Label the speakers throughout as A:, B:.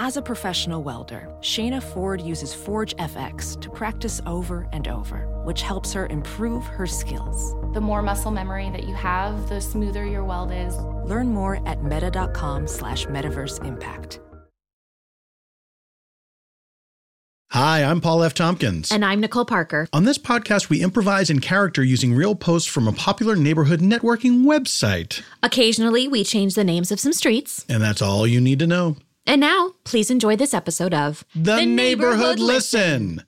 A: As a professional welder, Shayna Ford uses Forge FX to practice over and over, which helps her improve her skills.
B: The more muscle memory that you have, the smoother your weld is.
A: Learn more at meta.com slash metaverse impact.
C: Hi, I'm Paul F. Tompkins.
D: And I'm Nicole Parker.
C: On this podcast, we improvise in character using real posts from a popular neighborhood networking website.
D: Occasionally, we change the names of some streets.
C: And that's all you need to know.
D: And now, please enjoy this episode of
C: The, Neighborhood, Listen.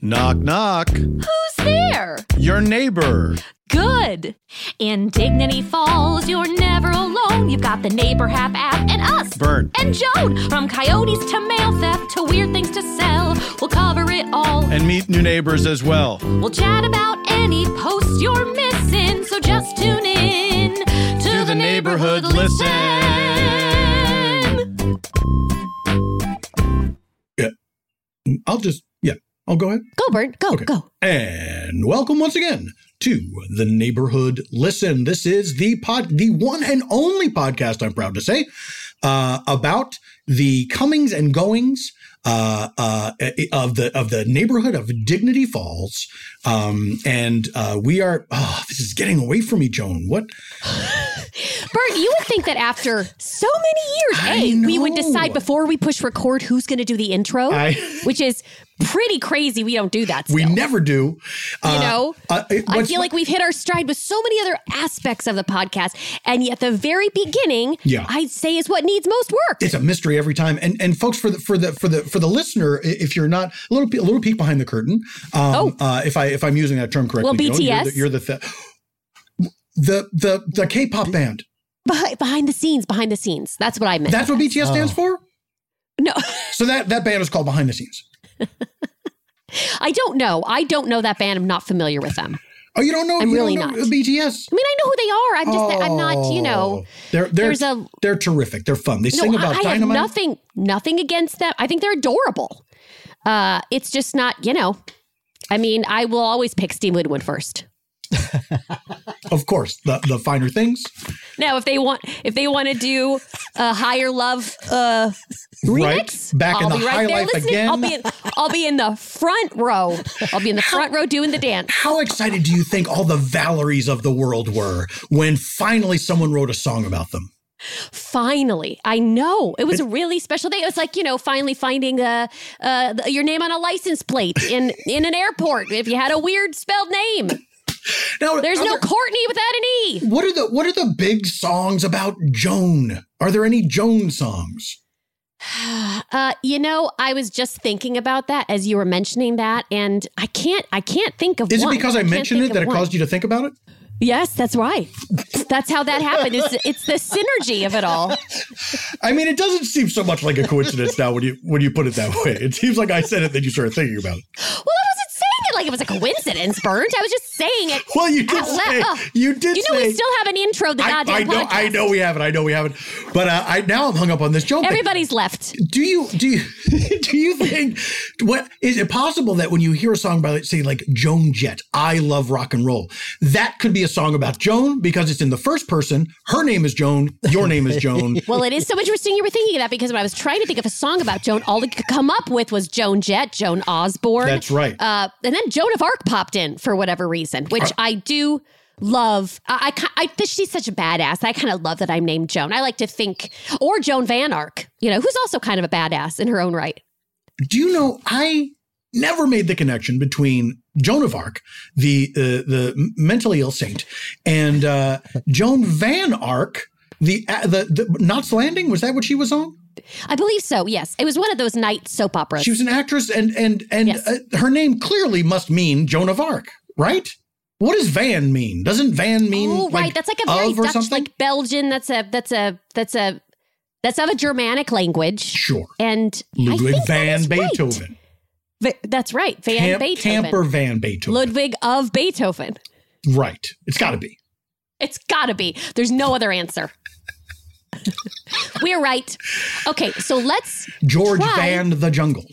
C: Knock, knock.
D: Who's there?
C: Your neighbor.
D: Good. In Dignity Falls, you're never alone. You've got the Neighbor Hap app and us.
C: Burn.
D: And Joan. From coyotes to mail theft to weird things to sell. We'll cover it all.
C: And meet new neighbors as well.
D: We'll chat about any posts you're missing, so just tune in to,
C: the Neighborhood
D: Listen.
C: I'll just, yeah, I'll go ahead.
D: Go, Bert. Go,
C: Okay.
D: go.
C: And welcome once again to the neighborhood. Listen, this is the pod, the one and only podcast. I'm proud to say uh, about the comings and goings uh, uh, of the of the neighborhood of Dignity Falls. Um, and uh, we are. Oh, this is getting away from me, Joan. What?
E: Bert, you would think that after so many
C: I
E: years, A, we would
C: know.
E: decide before we push record who's going to do the intro,
C: I-
E: which is pretty crazy. We don't do that
C: We
E: still.
C: never do.
E: you know?
C: uh, it-
E: I
C: what's-
E: feel like we've hit our stride with so many other aspects of the podcast. And yet the very beginning,
C: Yeah.
E: I'd say is what needs most work.
C: it's a mystery every time. And and folks, for the for the for the for the listener, i- if you're not a little pe- a little peek behind the curtain, um,
E: Oh.
C: uh, if I if I'm using that term correctly,
E: Well,
C: Joan, you're the
E: BTS.
C: you're the, th- the the the K-pop band.
E: Behind, behind the scenes, behind the scenes. That's what I meant.
C: That's what BTS stands for.
E: no,
C: So that that band is called Behind the Scenes.
E: I don't know. I don't know that band. I'm not familiar with them.
C: Oh, you don't know?
E: I'm
C: you
E: really
C: don't know
E: not.
C: BTS.
E: I mean, I know who they are. I'm just, I'm not,
C: Oh.
E: you know,
C: They're they're
E: there's a
C: they're terrific. They're fun. They sing
E: no,
C: about
E: I, I have
C: dynamite.
E: nothing, nothing against them. I think they're adorable. Uh, it's just not, you know. I mean, I will always pick Steve Winwood first.
C: Of course, the the finer things.
E: Now, if they want, if they want to do a higher love uh, remix,
C: Right? Back in
E: I'll
C: the
E: be
C: high
E: right there
C: life
E: listening.
C: again.
E: I'll be, in, I'll be in the front row. I'll be in the front row doing the dance.
C: How excited do you think all the Valeries of the world were when finally someone wrote a song about them?
E: Finally, I know it was a really special day. It was like you know, finally finding uh, uh, the- your name on a license plate in in an airport if you had a weird spelled name.
C: Now
E: There's
C: are
E: no
C: there-
E: Courtney without an E.
C: What are the what are the big songs about Joan? Are there any Joan songs?
E: Uh, you know, I was just thinking about that as you were mentioning that, and I can't, I can't think of.
C: Is
E: one.
C: it because I,
E: can't
C: mentioned
E: think
C: it that
E: of
C: it
E: one.
C: caused you to think about it?
E: Yes, that's right. That's how that happened. It's, it's the synergy of it all.
C: I mean, it doesn't seem so much like a coincidence now when you when you put it that way. It seems like I said it, then you started thinking about it.
E: Well, I wasn't saying it like it was a coincidence, Burnt. I was just saying it.
C: Well, you did
E: Out loud.
C: say
E: Oh.
C: you did
E: You know,
C: say.
E: we still have an intro. The
C: I,
E: goddamn
C: I know,
E: podcast.
C: I know, we haven't. I know we haven't. But uh, I now I'm hung up on this Joan. thing.
E: Everybody's left.
C: do you do you do you think what is it possible that when you hear a song by say like Joan Jett, I love rock and roll, that could be a song about Joan because it's in the first person. Her name is Joan. Your name is Joan.
E: Well, it is so interesting you were thinking of that because when I was trying to think of a song about Joan, all they could come up with was Joan Jett, Joan Osborne.
C: That's right.
E: Uh, and then Joan of Arc popped in for whatever reason, which I do love. I, I, ki- I think she's such a badass. I kind of love that I'm named Joan. I like to think, or Joan Van Arc, you know, who's also kind of a badass in her own right.
C: do you know I never made the connection between Joan of Arc, the uh, the mentally ill saint, and uh, Joan Van Arc, the, uh, the the Knots Landing. Was that what she was on?
E: I believe so. Yes, it was one of those night soap operas.
C: She was an actress, and and and
E: Yes.
C: uh, her name clearly must mean Joan of Arc, right? What does Van mean? Doesn't Van mean?
E: oh, right.
C: like,
E: that's like a very
C: of or
E: Dutch,
C: something?
E: like Belgian. That's a that's a that's a that's of a Germanic language.
C: sure.
E: And I
C: Ludwig
E: think that
C: van
E: is right.
C: Beethoven.
E: Va- that's right, Van
C: Camp-
E: Beethoven.
C: Camper Van Beethoven.
E: Ludwig of Beethoven.
C: right. It's got to be.
E: It's gotta be. There's no other answer. We're right. Okay, so let's
C: George
E: Try-
C: Van the Jungle.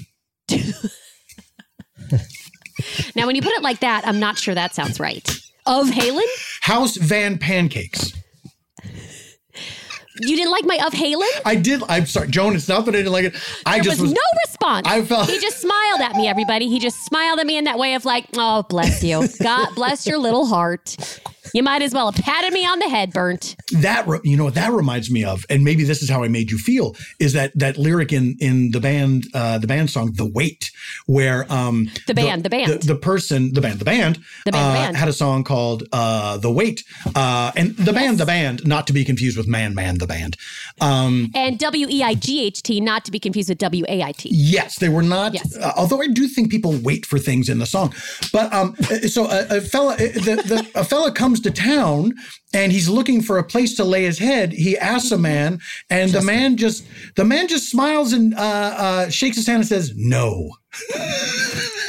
E: now when you put it like that, I'm not sure that sounds right. Of Halen?
C: House Van Pancakes.
E: You didn't like my of Halen?
C: I did. I'm sorry, Joan. It's not that I didn't like it. I
E: There
C: just
E: was,
C: was.
E: no response.
C: I felt-
E: he just smiled at me, everybody. He just smiled at me in that way of like, oh, bless you. God bless your little heart. You might as well have patted me on the head, burnt.
C: that re- you know what that reminds me of and maybe this is how i made you feel is that that lyric in in the band uh the band song the wait where um
E: The band, the band.
C: the, person the band the band
E: The band, the
C: uh,
E: band.
C: had a song called uh the wait uh and the band the band not to be confused with man man the band um
E: And W E I G H T, not to be confused with W A I T.
C: Yes, they were not.
E: Yes.
C: uh, although I do think people wait for things in the song, but um, uh, so a, a fella, uh, the, the, a fella comes to town and he's looking for a place to lay his head. He asks
E: Mm-hmm.
C: a man, and the man just the man just smiles and uh, uh, shakes his hand and says, "No."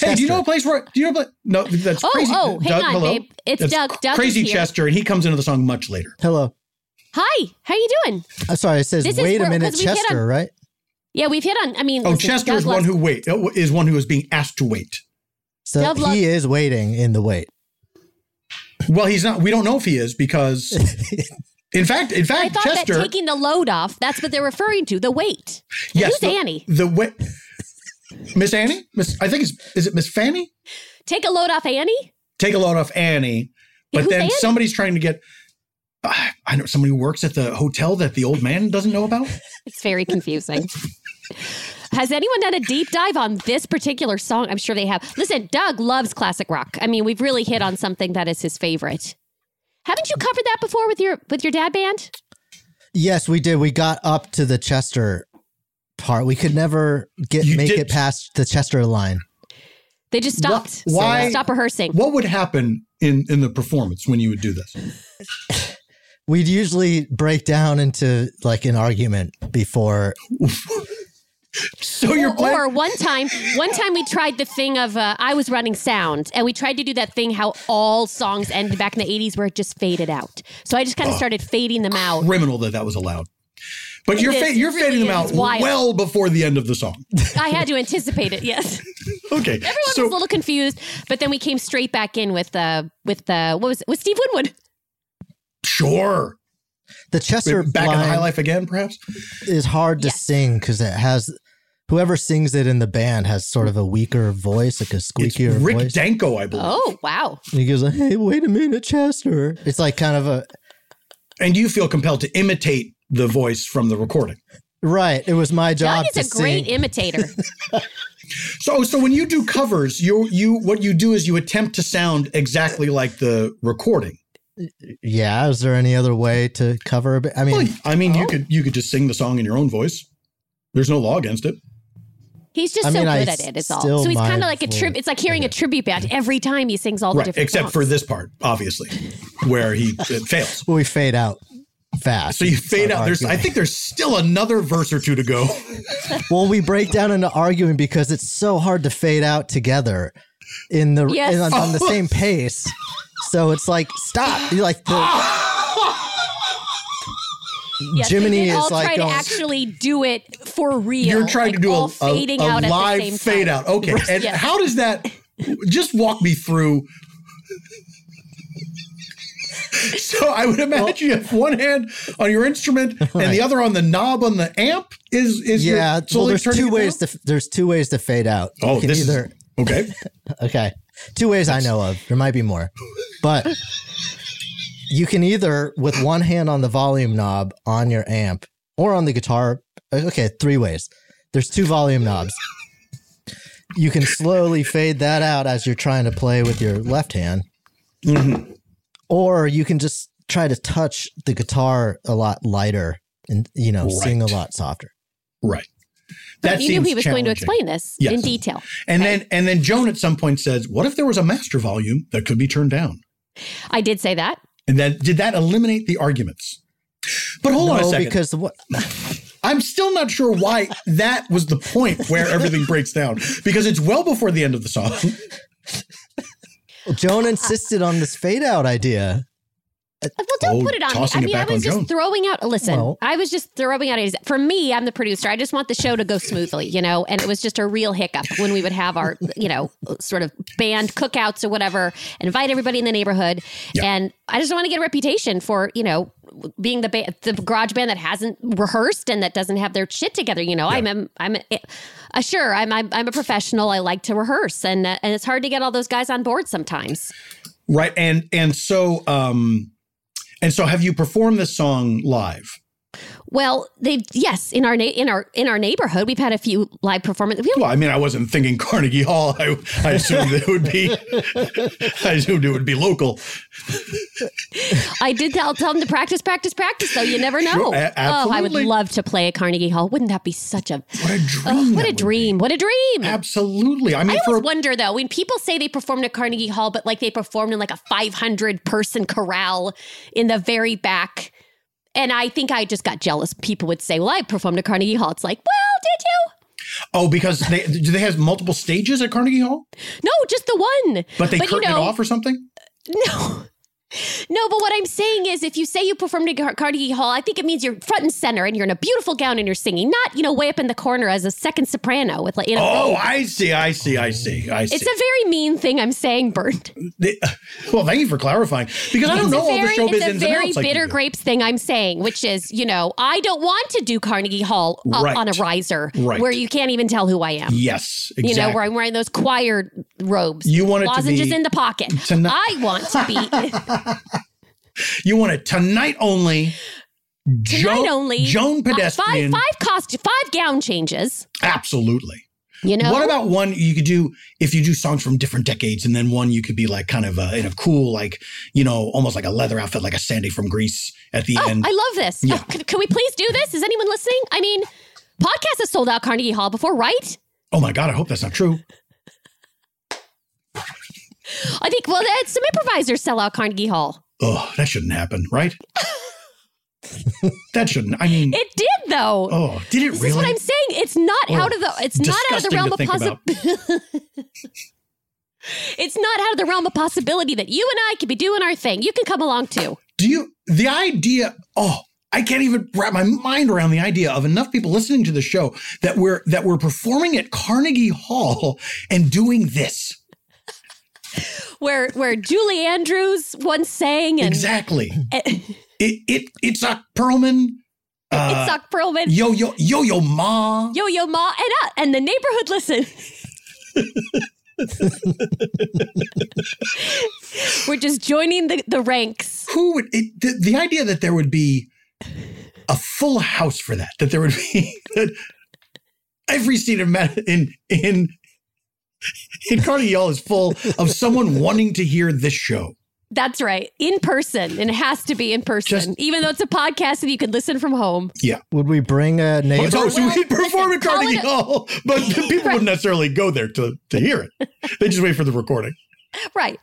C: hey, do you know a place where? Do you know? A pla- no, that's
E: Oh,
C: crazy.
E: oh, hang
C: Doug,
E: on,
C: hello?
E: babe. It's
C: That's
E: Doug.
C: cr-
E: Doug is
C: crazy
E: here.
C: Chester, and he comes into the song much later.
F: Hello.
E: Hi, how you doing?
F: I'm sorry. It says,
E: This is
F: wait a
E: where-
F: minute,
E: 'cause we hit
F: Chester,
E: on-
F: right?
E: Yeah, we've hit on. I mean,
C: Oh,
E: listen,
C: Chester
E: Doug
C: is one
E: loves-
C: who wait uh, is one who is being asked to wait.
F: So
E: Doug
F: he
E: loves-
F: is waiting in the wait.
C: Well, he's not. We don't know if he is because, in fact, in
E: I
C: fact,
E: thought that
C: Chester.
E: taking the load off—that's what they're referring to—the weight.
C: yes,
E: Who's
C: the,
E: Annie?
C: The way, Miss Annie. Miss. I think it's is it Miss Fanny.
E: Take a load off Annie.
C: Take a load off Annie, but
E: Who's
C: then
E: Annie?
C: somebody's trying to get. Ah, I know somebody who works at the hotel that the old man doesn't know about.
E: It's very confusing. Has anyone done a deep dive on this particular song? I'm sure they have. Listen, Doug loves classic rock. I mean, we've really hit on something that is his favorite. Haven't you covered that before with your with your dad band?
F: Yes, we did. We got up to the Chester part. We could never get
C: You
F: make
C: did-
F: it past the Chester line.
E: They just stopped.
C: Wha- why-
E: Stop rehearsing.
C: What would happen in in the performance when you would do this?
F: We'd usually break down into like an argument before.
C: So you're
E: Or,
C: playing.
E: or one time, one time we tried the thing of uh, I was running sound, and we tried to do that thing how all songs ended back in the '80s where it just faded out. So I just kind of started fading them out.
C: criminal that that was allowed. But
E: It
C: you're fa-
E: is, it
C: you're
E: really
C: fading them
E: is.
C: out
E: It's wild.
C: well before the end of the song.
E: I had to anticipate it. Yes.
C: Okay,
E: Everyone
C: so
E: was a little confused, but then we came straight back in with uh with uh, what was it? with Steve Winwood.
C: sure.
F: The Chester
C: back in high
F: line
C: life again, perhaps.
F: is hard to
E: Yes.
F: sing because it has whoever sings it in the band has sort of a weaker voice, like a
C: It's
F: squeakier
C: Rick
F: voice.
C: Danko, I believe.
E: Oh wow!
F: And he goes like, "Hey, wait a minute, Chester." It's like kind of a
C: And you feel compelled to imitate the voice from the recording.
F: right. It was my job
E: Doug
F: to
E: is a great
F: sing.
E: imitator.
C: So, so when you do covers, you you what you do is you attempt to sound exactly like the recording.
F: yeah, is there any other way to cover a bit? I mean,
C: Well, I mean,
E: oh.
C: you could you could just sing the song in your own voice. There's no law against it.
E: He's just
F: I mean,
E: so
F: I
E: good at it. It's all.
F: still
E: So he's kind of
F: might
E: like a
F: for-
E: tribute. It's like hearing a tribute band every time he sings all the
C: Right,
E: different.
C: except for
E: songs.
C: this part, obviously, where he it fails.
F: well, we fade out fast.
C: So you fade
F: Start
C: out. There's I
F: arguing.
C: think there's still another verse or two to go.
F: Well, we break down into arguing because it's so hard to fade out together in the
E: Yes.
F: in- on, on the same pace. So it's like stop. You're like the,
E: Yes, they
F: Jiminy
E: did all
F: is like
E: try to
F: going-
E: actually do it for real.
C: You're trying to
E: like
C: do
E: all
C: a, a,
E: fading
C: a
E: out at the
C: live
E: same
C: fade
E: time.
C: out. Okay. And
E: Yes.
C: how does that just walk me through? so I would imagine you have one hand on your instrument and the
F: Right.
C: other on the knob on the amp is is your-
F: yeah. Well,
C: slowly
F: there's
C: turning
F: two
C: it
F: ways
C: down?
F: to there's two ways to fade out. You
C: Oh,
F: can
C: this is-
F: either
C: okay.
F: okay, two ways I know of. There might be more, but you can either with one hand on the volume knob on your amp or on the guitar. Okay, three ways. There's two volume knobs. You can slowly fade that out as you're trying to play with your left hand.
C: Mm-hmm.
F: or you can just try to touch the guitar a lot lighter and you know sing a
C: Right.
F: lot softer
C: Right. That
E: You knew
C: seems
E: he was going to
C: challenging.
E: explain this
C: Yes.
E: in detail.
C: And then and then Joan at some point says, "What if there was a master volume that could be turned down?"
E: I did say that.
C: And then did that eliminate the arguments? But hold on a
F: no
C: second.
F: because what
C: I'm still not sure why that was the point where everything breaks down because it's well before the end of the song.
F: joan insisted on this fade out idea
E: Well,
C: Oh,
E: don't put it on me.
C: tossing
E: I
C: it
E: mean, I
C: back on
E: was just
C: Joan.
E: throwing out. Listen,
F: Well-
E: I was just throwing out. ideas. For me, I'm the producer. I just want the show to go smoothly, you know. And it was just a real hiccup when we would have our, you know, sort of band cookouts or whatever, invite everybody in the neighborhood,
C: Yeah.
E: and I just want to get a reputation for, you know, being the ba- the garage band that hasn't rehearsed and that doesn't have their shit together. You know, I'm I'm I'm a, uh, sure I'm, I'm I'm a professional. I like to rehearse, and uh, and it's hard to get all those guys on board sometimes.
C: Right. And and so um and so have you performed this song live?
E: Well, they yes, in our na- in our in our neighborhood, we've had a few live performances. We
C: Well, I mean, I wasn't thinking Carnegie Hall. I, I assumed it would be I assumed it would be local.
E: I did tell, tell them to practice, practice, practice. Though you never know.
C: Sure, a-
E: oh, I would
C: absolutely.
E: love to play at Carnegie Hall. Wouldn't that be such a
C: What a dream.
E: oh,
C: that
E: what a
C: would
E: dream? What a dream!
C: be. Absolutely. I mean
E: I
C: for
E: always wonder though when people say they performed at Carnegie Hall, but like they performed in like a 500 person corral in the very back. And I think I just got jealous. People would say, "Well, I performed at Carnegie Hall." It's like, "Well, did you?"
C: Oh, because they do they have multiple stages at Carnegie Hall?
E: No, just the one.
C: But they
E: But, you
C: curtain
E: know-
C: it off or something?
E: No. No, but what I'm saying is if you say you performed at Car- Carnegie Hall, I think it means you're front and center and you're in a beautiful gown and you're singing, not, you know, way up in the corner as a second soprano with like, you know,
C: Oh, I see, I see, I see, I see.
E: it's a very mean thing I'm saying, Bert.
C: They- well, thank you for clarifying because I don't
E: It's a
C: know all the
E: very,
C: showbiz
E: it's
C: ins
E: a
C: and
E: very
C: outs. like you
E: bitter
C: do.
E: grapes thing I'm saying, which is, you know, I don't want to do Carnegie Hall uh,
C: Right.
E: on a riser
C: Right.
E: where you can't even tell who I am.
C: Yes, exactly.
E: You know, where I'm wearing those choir robes.
C: You want it to
E: lozenges
C: be
E: in the pocket.
C: to not-
E: I want to be
C: You want it tonight only.
E: tonight only.
C: Joan
E: five
C: Pedestrian.
E: five cost five gown changes.
C: Absolutely.
E: You know
C: What about one you could do if you do songs from different decades, and then one you could be like kind of uh, in a cool, like you know, almost like a leather outfit, like a Sandy from Greece at the
E: Oh,
C: end.
E: I love this.
C: Yeah.
E: Oh, can, can we please do this? Is anyone listening? I mean, podcast has sold out Carnegie Hall before, right?
C: oh my god, I hope that's not true.
E: I think. Well, that- some improvisers sell out Carnegie Hall.
C: Oh, that shouldn't happen, right? that shouldn't. I mean,
E: It did though.
C: oh, did it
E: this
C: really?
E: is what I'm saying. It's not
C: Oh,
E: out of the. It's not out of the
C: disgusting
E: realm
C: to
E: of
C: think about.
E: possibility. it's not out of the realm of possibility that you and I could be doing our thing. You can come along too.
C: Do you the idea? Oh, I can't even wrap my mind around the idea of enough people listening to the show that we're that we're performing at Carnegie Hall and doing this
E: Where where Julie Andrews once sang and
C: exactly.
E: it's
C: It it it's a Perlman. Uh,
E: Doc Perlman.
C: yo yo yo yo ma.
E: Yo Yo Ma and uh, and the neighborhood listen. We're just joining the, the ranks.
C: Who would it, the, the idea that there would be a full house for that? That there would be that every seat in Mad- in in in Carnegie Hall is full of someone wanting to hear this show.
E: That's right. In person. And it has to be in person.
C: Just-
E: Even though it's a podcast and you can listen from home.
F: Would we bring a
C: Oh,
F: neighbor?
C: so, so we'd perform at
E: listen, call
C: Carnegie
E: it a-
C: Hall, but the people wouldn't necessarily go there to, to hear it. They just wait for the recording.
E: Right.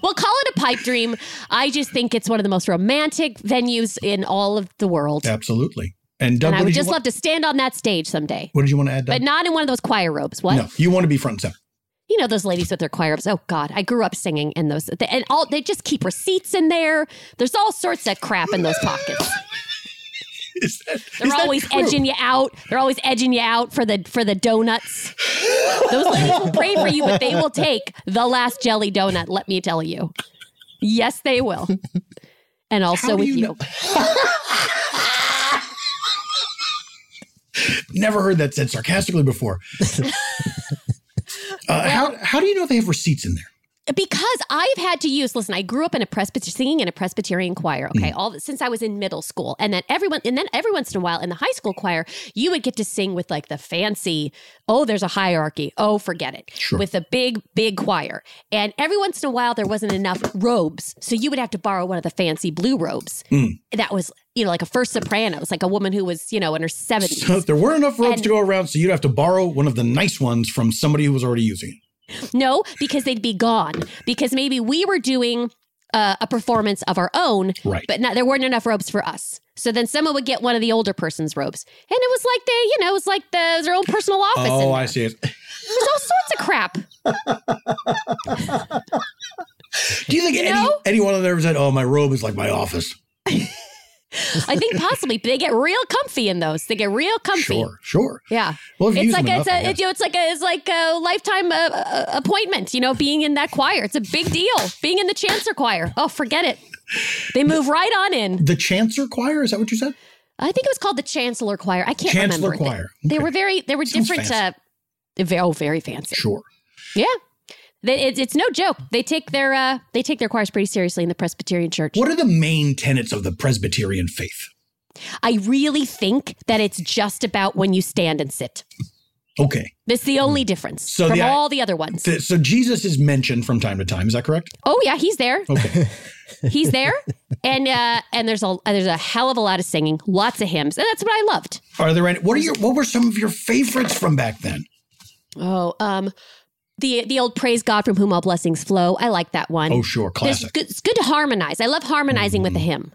E: Well, call it a pipe dream. I just think it's one of the most romantic venues in all of the world.
C: Absolutely. And Doug,
E: And I
C: what,
E: would
C: did you
E: just
C: want,
E: love to stand on that stage someday.
C: what did you want to add?
E: But
C: Doug?
E: not in one of those choir robes. What?
C: No, you want to be front and center.
E: you know those ladies with their choir ups. Oh God, I grew up singing in those, and all they just keep receipts in there. There's all sorts of crap in those pockets.
C: Is that, is
E: They're
C: that
E: always
C: true?
E: edging you out. They're always edging you out for the for the donuts. Those ladies will pray for you, but they will take the last jelly donut. Let me tell you, yes, they will. And also
C: How do
E: with you.
C: you know- Never heard that said sarcastically before. Uh, how, how do you know they have receipts in there?
E: because I've had to use. Listen, I grew up in a Presbyterian singing in a Presbyterian choir. Okay, all since I was in middle school, and then everyone, and then every once in a while in the high school choir, you would get to sing with like the fancy. Oh, there's a hierarchy. Oh, forget it.
C: Sure.
E: With the big, big choir, and every once in a while there wasn't enough robes, so you would have to borrow one of the fancy blue robes. That was, you know, like a first soprano. It was like a woman who was, you know, in her seventies.
C: So there weren't enough robes
E: And-
C: to go around, so you'd have to borrow one of the nice ones from somebody who was already using it.
E: No, because they'd be gone. Because maybe we were doing uh, a performance of our own,
C: Right.
E: but not, there weren't enough robes for us. So then someone would get one of the older person's robes, and it was like they, you know, it was like the, it was their own personal office. in
C: Oh,
E: there.
C: I see. it.
E: There's all sorts of crap.
C: Do you think any,
E: know?
C: anyone that ever said, "Oh, my robe is like my office"?
E: I think possibly they get real comfy in those. They get real comfy.
C: Sure, sure.
E: Yeah.
C: Well, if you
E: It's
C: use
E: like
C: them
E: a, it's
C: enough, I
E: a
C: guess.
E: it's, you know, it's like a it's like a lifetime uh, uh, appointment. You know, being in that choir, it's a big deal. Being in the chancer choir, oh, forget it. They move right on in.
C: the Chancer Choir is that what you said?
E: I think it was called the chancellor choir. I can't
C: Chancellor
E: remember.
C: Choir.
E: They, they
C: Okay.
E: were very they were
C: Sounds
E: different. Uh,
C: fancy.
E: ve- oh, very fancy.
C: Sure.
E: Yeah. They, it's, it's no joke. They take their uh, they take their choirs pretty seriously in the Presbyterian Church.
C: What are the main tenets of the Presbyterian faith?
E: I really think that it's just about when you stand and sit.
C: Okay,
E: That's the only difference
C: Mm. So
E: from
C: the i-
E: all the other ones.
C: Th- so Jesus is mentioned from time to time. Is that correct?
E: oh yeah, he's there.
C: Okay.
E: He's there, and uh, and there's a there's a hell of a lot of singing, lots of hymns, and that's what I loved.
C: Are there any? What are your? What were some of your favorites from back then?
E: Oh, um, the the old praise God from whom all blessings flow. I like that one.
C: Oh, sure,
E: There's
C: classic. Mm-hmm.
E: good- it's good to harmonize. I love harmonizing with a hymn.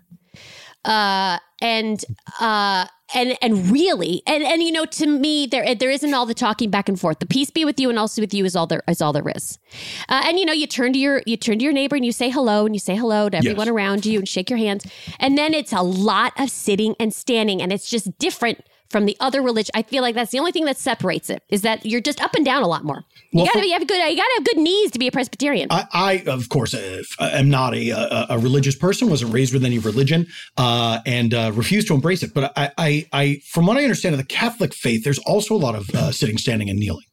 E: Uh, and uh, and and really, and and you know, to me, there there isn't all the talking back and forth. The peace be with you, and also with you is all there is all there is. Uh, and you know, you turn to your you turn to your neighbor and you say hello, and you say hello to everyone
C: Yes.
E: around you, and shake your hands. And then it's a lot of sitting and standing, and it's just different from the other religion. I feel like that's the only thing that separates it is that you're just up and down a lot more.
C: Well,
E: you gotta
C: for-
E: be, have good you gotta have good knees to be a Presbyterian.
C: I, I of course, uh, f- am not a, a, a religious person. Wasn't raised with any religion, uh, and uh, refuse to embrace it. But I, I, I, from what I understand of the Catholic faith, there's also a lot of uh, sitting, standing, and kneeling.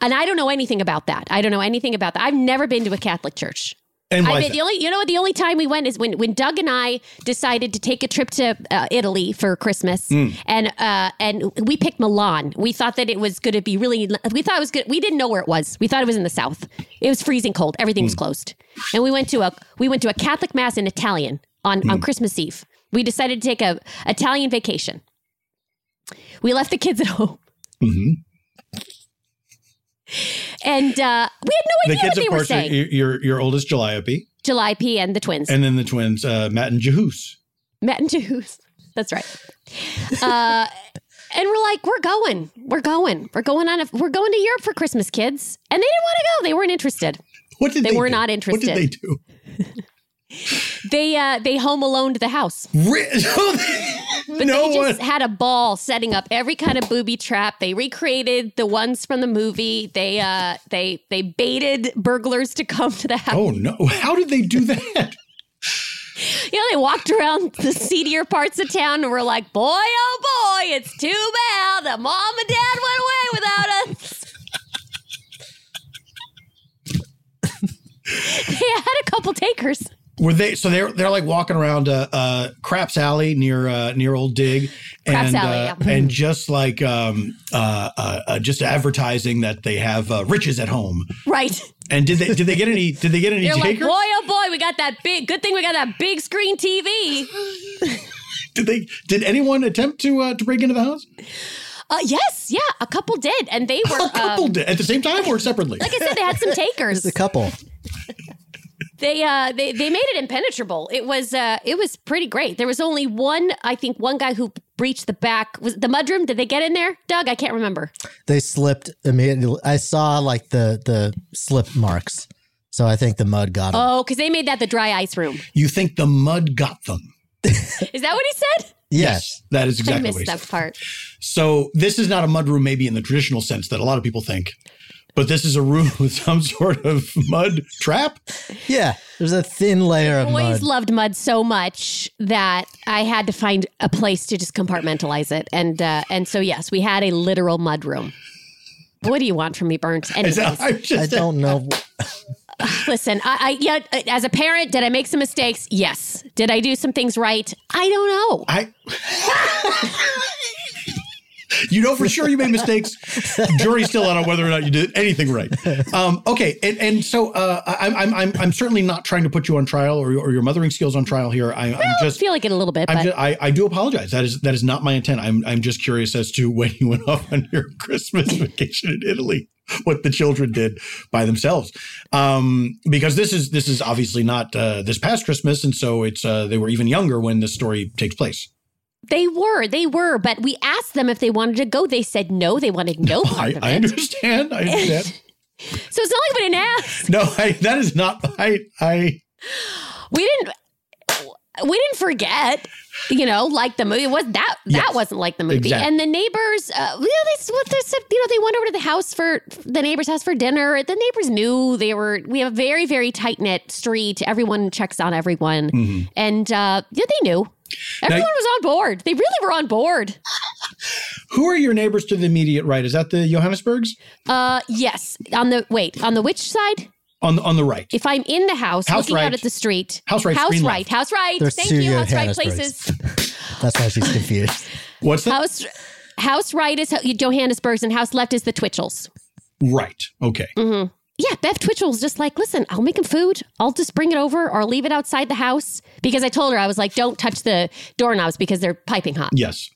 E: And I don't know anything about that. I don't know anything about that. I've never been to a Catholic church.
C: And why
E: I
C: is
E: mean,
C: that?
E: the only you know what the only time we went is when when Doug and I decided to take a trip to uh, Italy for Christmas,
C: Hmm.
E: and uh, and we picked Milan. We thought that it was going to be really. We thought it was good. We didn't know where it was. We thought it was in the south. It was freezing cold. Everything
C: Hmm.
E: was closed, and we went to a we went to a Catholic mass in Italian on
C: Hmm.
E: on Christmas Eve. We decided to take a Italian vacation. We left the kids at home.
C: Mm-hmm.
E: And uh, we had no
C: the
E: idea what
C: kids,
E: they
C: of
E: were
C: course, are
E: saying.
C: your, your your oldest Calliope,
E: July P and the twins.
C: and then the twins uh, Matt and Jehus.
E: Matt and Jews. That's right. Uh, and we're like, we're going, we're going, we're going on, a, we're going to Europe for Christmas, kids. And they didn't want to go; they weren't interested.
C: What did
E: They
C: they?
E: were
C: do?
E: not
C: What
E: interested.
C: did they do?
E: They uh, they home aloned the house.
C: Re-
E: But
C: no
E: they
C: one.
E: just had a ball setting up every kind of booby trap. They recreated the ones from the movie. They uh, they they baited burglars to come to the house.
C: Oh no! How did they do that?
E: You know, they walked around the seedier parts of town and were like, boy, oh boy, it's too bad that mom and dad went away without us. they had a couple takers.
C: Were they so they're they're like walking around uh, uh Craps Alley near uh near Old Dig
E: Craps
C: and
E: Alley,
C: uh,
E: yeah.
C: and just like um uh, uh, uh just advertising that they have uh, riches at home.
E: Right.
C: And did they did they get any did they get any
E: They're like, boy,
C: takers?
E: oh boy, we got that big, good thing we got that big screen TV.
C: did they did anyone attempt to uh, to break into the house?
E: Uh, yes, yeah, a couple did. And they were,
C: A couple
E: um,
C: did at the same time or separately?
E: like I said, they had some takers.
F: It's a couple.
E: they uh they they made it impenetrable. It was uh it was pretty great. There was only one, I think one guy who breached the back was the mudroom. Did they get in there? Doug, I can't remember.
F: They slipped immediately. I saw like the the slip marks. So I think the mud got them.
E: Oh, because they made that the dry ice room.
C: you think the mud got them?
E: Is that what he said?
F: yes.
C: That is
E: I
C: exactly what
E: missed
C: he said.
E: that part.
C: So this is not a mud room, maybe in the traditional sense that a lot of people think, but this is a room with some sort of mud trap.
F: Yeah. There's a thin layer of
E: Boys
F: mud.
E: loved mud so much that I had to find a place to just compartmentalize it, and uh, and so yes, we had a literal mud room. What do you want from me, Burnt? Anyways,
C: Is that- I'm just-
F: I don't know.
E: Listen, I, I yeah, as a parent, did I make some mistakes? Yes. Did I do some things right? I don't know.
C: I. you know for sure you made mistakes. Jury's still out on whether or not you did anything right. Um, okay, and, and so uh, I'm, I'm I'm I'm certainly not trying to put you on trial or, or your mothering skills on trial here. I, I'm
E: I
C: just.
E: feel like it a little bit,
C: I'm
E: but
C: just, I, I do apologize. That is that is not my intent. I'm I'm just curious as to when you went off on your Christmas vacation in Italy, what the children did by themselves, um, because this is this is obviously not uh, this past Christmas, and so it's uh, they were even younger when this story takes place.
E: they were, they were. But we asked them if they wanted to go. They said no. They wanted no part
C: I,
E: of
C: I
E: it.
C: understand. I understand.
E: So it's not like we didn't ask.
C: No, I, that is not. I I
E: We didn't. We didn't forget, you know, like the movie was that that
C: Yes.
E: wasn't like the movie,
C: Exactly.
E: and the neighbors, uh, you know, they s- what they said, you know, they went over to the house for the neighbor's house for dinner. The neighbors knew they were. We have a very very tight knit street. Everyone checks on everyone,
C: Mm-hmm.
E: and uh, yeah, they knew. Everyone was on board. They really were on board.
C: Who are your neighbors to the immediate right? Is that the Johannesburgs
E: Uh, yes. On the wait, on the which side?
C: on the, on the right?
E: If I'm in the house,
C: House
E: looking
C: right.
E: out at the street,
C: House right,
E: house
C: screen
E: right,
C: left.
E: house right.
F: There's
E: Thank
F: two
E: you, house right
F: Johannesburgs.
E: places.
F: That's why she's confused.
C: What's that?
E: house house right is Johannesburg's, and house left is the Twitchells.
C: right. Okay.
E: Yeah, Bev Twitchell's just like, listen, I'll make him food. I'll just bring it over or leave it outside the house because I told her I was like, don't touch the doorknobs because they're piping hot.
C: Yes.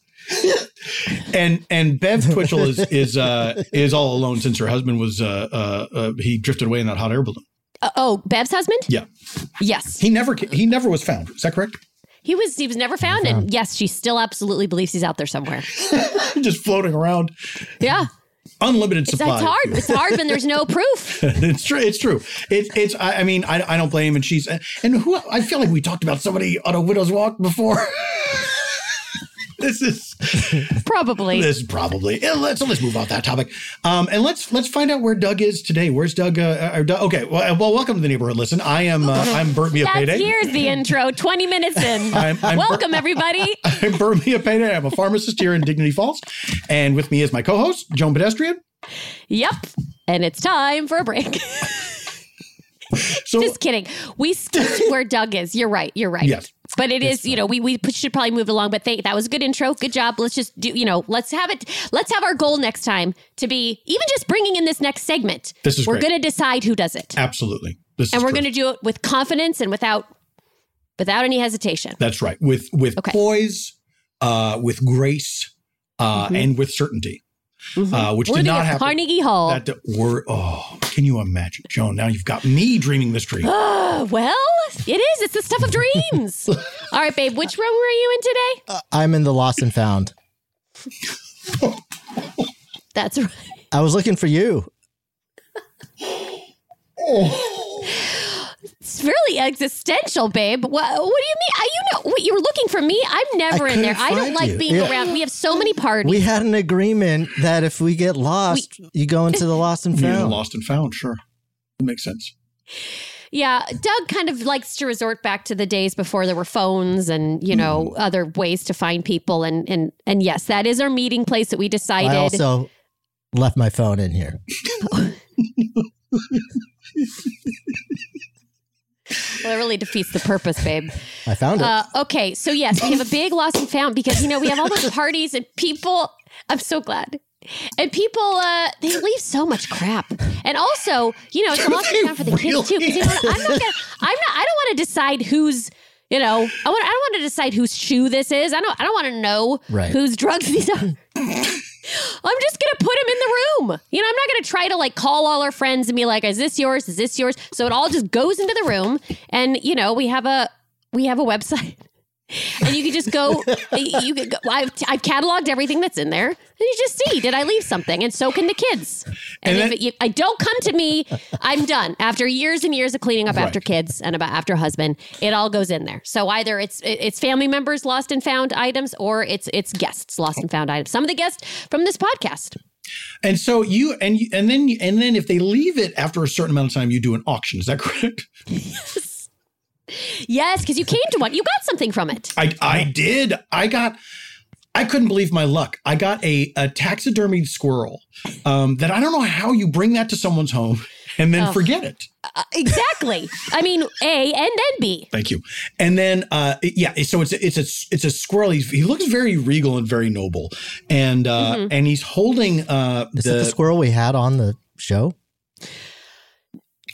C: and and Bev Twitchell is is uh, is all alone since her husband was uh, uh, uh, he drifted away in that hot air balloon.
E: Uh, oh, Bev's husband?
C: Yeah,
E: Yes,
C: he never ca- he never was found. Is that correct?
E: he was. He was never found, and yes, she still absolutely believes he's out there somewhere.
C: Just floating around,
E: Yeah,
C: unlimited
E: it's, it's
C: supply.
E: hard. It's hard when there's no proof.
C: it's true. It's true. It, it's. I, I mean, I, I don't blame. And she's. And who? I feel like we talked about somebody on a widow's walk before. this is
E: Probably.
C: this is probably. eh, Let's so let's move off that topic. Um, and let's let's find out where Doug is today. Where's Doug? Uh, or Doug okay. Well, uh, well, welcome to the neighborhood. Listen, I am. Uh, I'm Bert Mia
E: That's
C: Payday.
E: here's the intro. Twenty minutes in.
C: I'm- I'm-
E: Welcome everybody.
C: I'm Bert Mia Payday. I'm a pharmacist here in Dignity Falls, and with me is my co-host Joan Pedestrian.
E: yep. And it's time for a break.
C: So
E: Just kidding. We skipped where Doug is. You're right. You're right.
C: Yes. uh,
E: But it is, you know, we, we should probably move along. But thank, that was a good intro. Good job. Let's just do, you know, let's have it. Let's have our goal next time to be even just bringing in this next segment.
C: This is
E: we're
C: great.
E: going to decide who does it,
C: absolutely, this
E: and
C: is
E: we're
C: true.
E: going to do it with confidence and without without any hesitation.
C: That's right. With with
E: Okay.
C: poise, uh, with grace, uh, and with certainty, uh, which
E: Mm-hmm. We're
C: did not
E: doing
C: happen.
E: Carnegie Hall.
C: that were oh, can you imagine, Joan? Now you've got me dreaming this dream.
E: Uh, well, it is. It's the stuff of dreams. All right, babe. Which room were you in today?
F: Uh, I'm in the lost and found.
E: That's right.
F: I was looking for you.
E: It's really existential, babe. What, what do you mean? I, you know, what, you were looking for me. I'm never
F: I
E: in there.
F: couldn't
E: I don't
F: find
E: like
F: you.
E: being
F: Yeah.
E: around. We have so many parties.
F: We had an agreement that if we get lost, you go into the lost and
C: You
F: found.
C: lost and found, sure. That makes sense.
E: yeah, Doug kind of likes to resort back to the days before there were phones and you know
F: Hmm.
E: other ways to find people. And and and yes, that is our meeting place that we decided.
F: I also left my phone in here.
E: well, it really defeats the purpose, babe.
F: I found it.
E: Uh, okay, so yes, we have a big lost and found because you know we have all those parties and people. I'm so glad. And people, uh, they leave so much crap. And also, you know, it's a lost and found for the kids too. 'cause You know, what? I'm not. Gonna, I'm not. I don't want to decide who's. You know, I want. I don't want to decide whose shoe this is. I don't. I don't want to know
F: Right.
E: whose drugs these are. I'm just gonna put them in the room. You know, I'm not gonna try to like call all our friends and be like, "Is this yours? Is this yours?" So it all just goes into the room, and you know, we have a we have a website and you could just go you could go I've, I've cataloged everything that's in there and you just see did i leave something and so can the kids and,
C: And
E: if
C: that-
E: it, you, i don't come to me i'm done after years and years of cleaning up after
C: Right.
E: kids and about after husband it all goes in there so either it's it- it's family members lost and found items or it's it's guests lost and found items some of the guests from this podcast
C: And so you and you, and then and then if they leave it after a certain amount of time, you do an auction. Is that correct?
E: yes because you came to one you got something from it
C: I I did. I got. I couldn't believe my luck. I got a a taxidermied squirrel um, that I don't know how you bring that to someone's home and then forget it.
E: Uh, exactly i mean a and then b
C: Thank you. And then, uh, yeah, so it's it's a it's a squirrel. He's, he looks very regal and very noble, and uh, and he's holding uh,
F: Mm-hmm. Is it the
C: the.
F: squirrel we had on the show?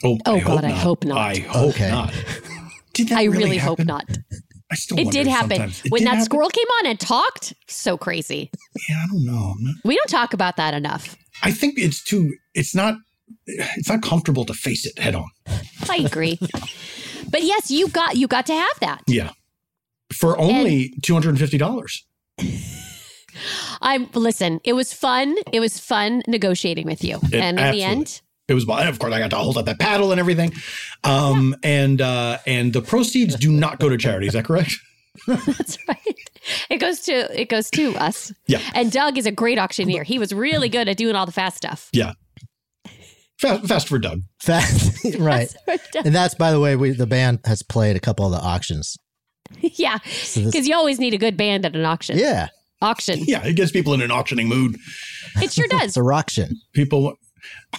C: oh,
E: Oh, God, I hope not.
C: I hope
F: Okay.
C: not. Did that
E: i really, hope
C: happen?
E: not
C: I still
E: It
C: wonder
E: did happen.
C: sometimes. It
E: when
C: did
E: that
C: happen?
E: squirrel came on and talked, so crazy.
C: Yeah, I don't know. I'm not-
E: We don't talk about that enough.
C: I think it's too. It's not. It's not comfortable to face it head on.
E: I agree. but yes, you got you got to have that.
C: Yeah, for only two hundred and fifty dollars.
E: I'm listen, it was fun. It was fun negotiating with you. and in
C: absolutely.
E: the end,
C: It was, and of course, I got to hold up that paddle and everything. Um, and uh, and the proceeds do not go to charity. Is that correct?
E: That's right. It goes to it goes to us.
C: Yeah.
E: And Doug is a great auctioneer. He was really good at doing all the fast stuff.
C: Fast, fast for Doug.
F: Fast, right? And that's by the way, we the band has played a couple of the auctions.
E: yeah.
F: So this-
E: Because you always need a good band at an auction.
F: yeah,
E: Auction.
C: Yeah, it gets people in an auctioning mood.
E: It sure
F: it's
E: does.
F: a auction.
C: People,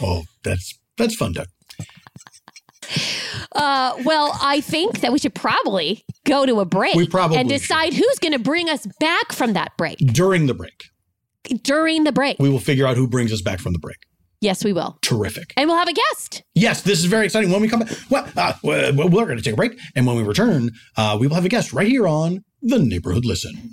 C: oh, that's that's fun, Doug.
E: Uh, well, I think that we should probably go to a break
C: We probably
E: and decide who's going to bring us back from that break
C: During the break,
E: during the break.
C: we will figure out who brings us back from the break.
E: yes, we will.
C: Terrific.
E: And we'll have a guest.
C: Yes, this is very exciting. When we come back, well, uh, we're going to take a break, and when we return, uh, we will have a guest right here on the Neighborhood Listen.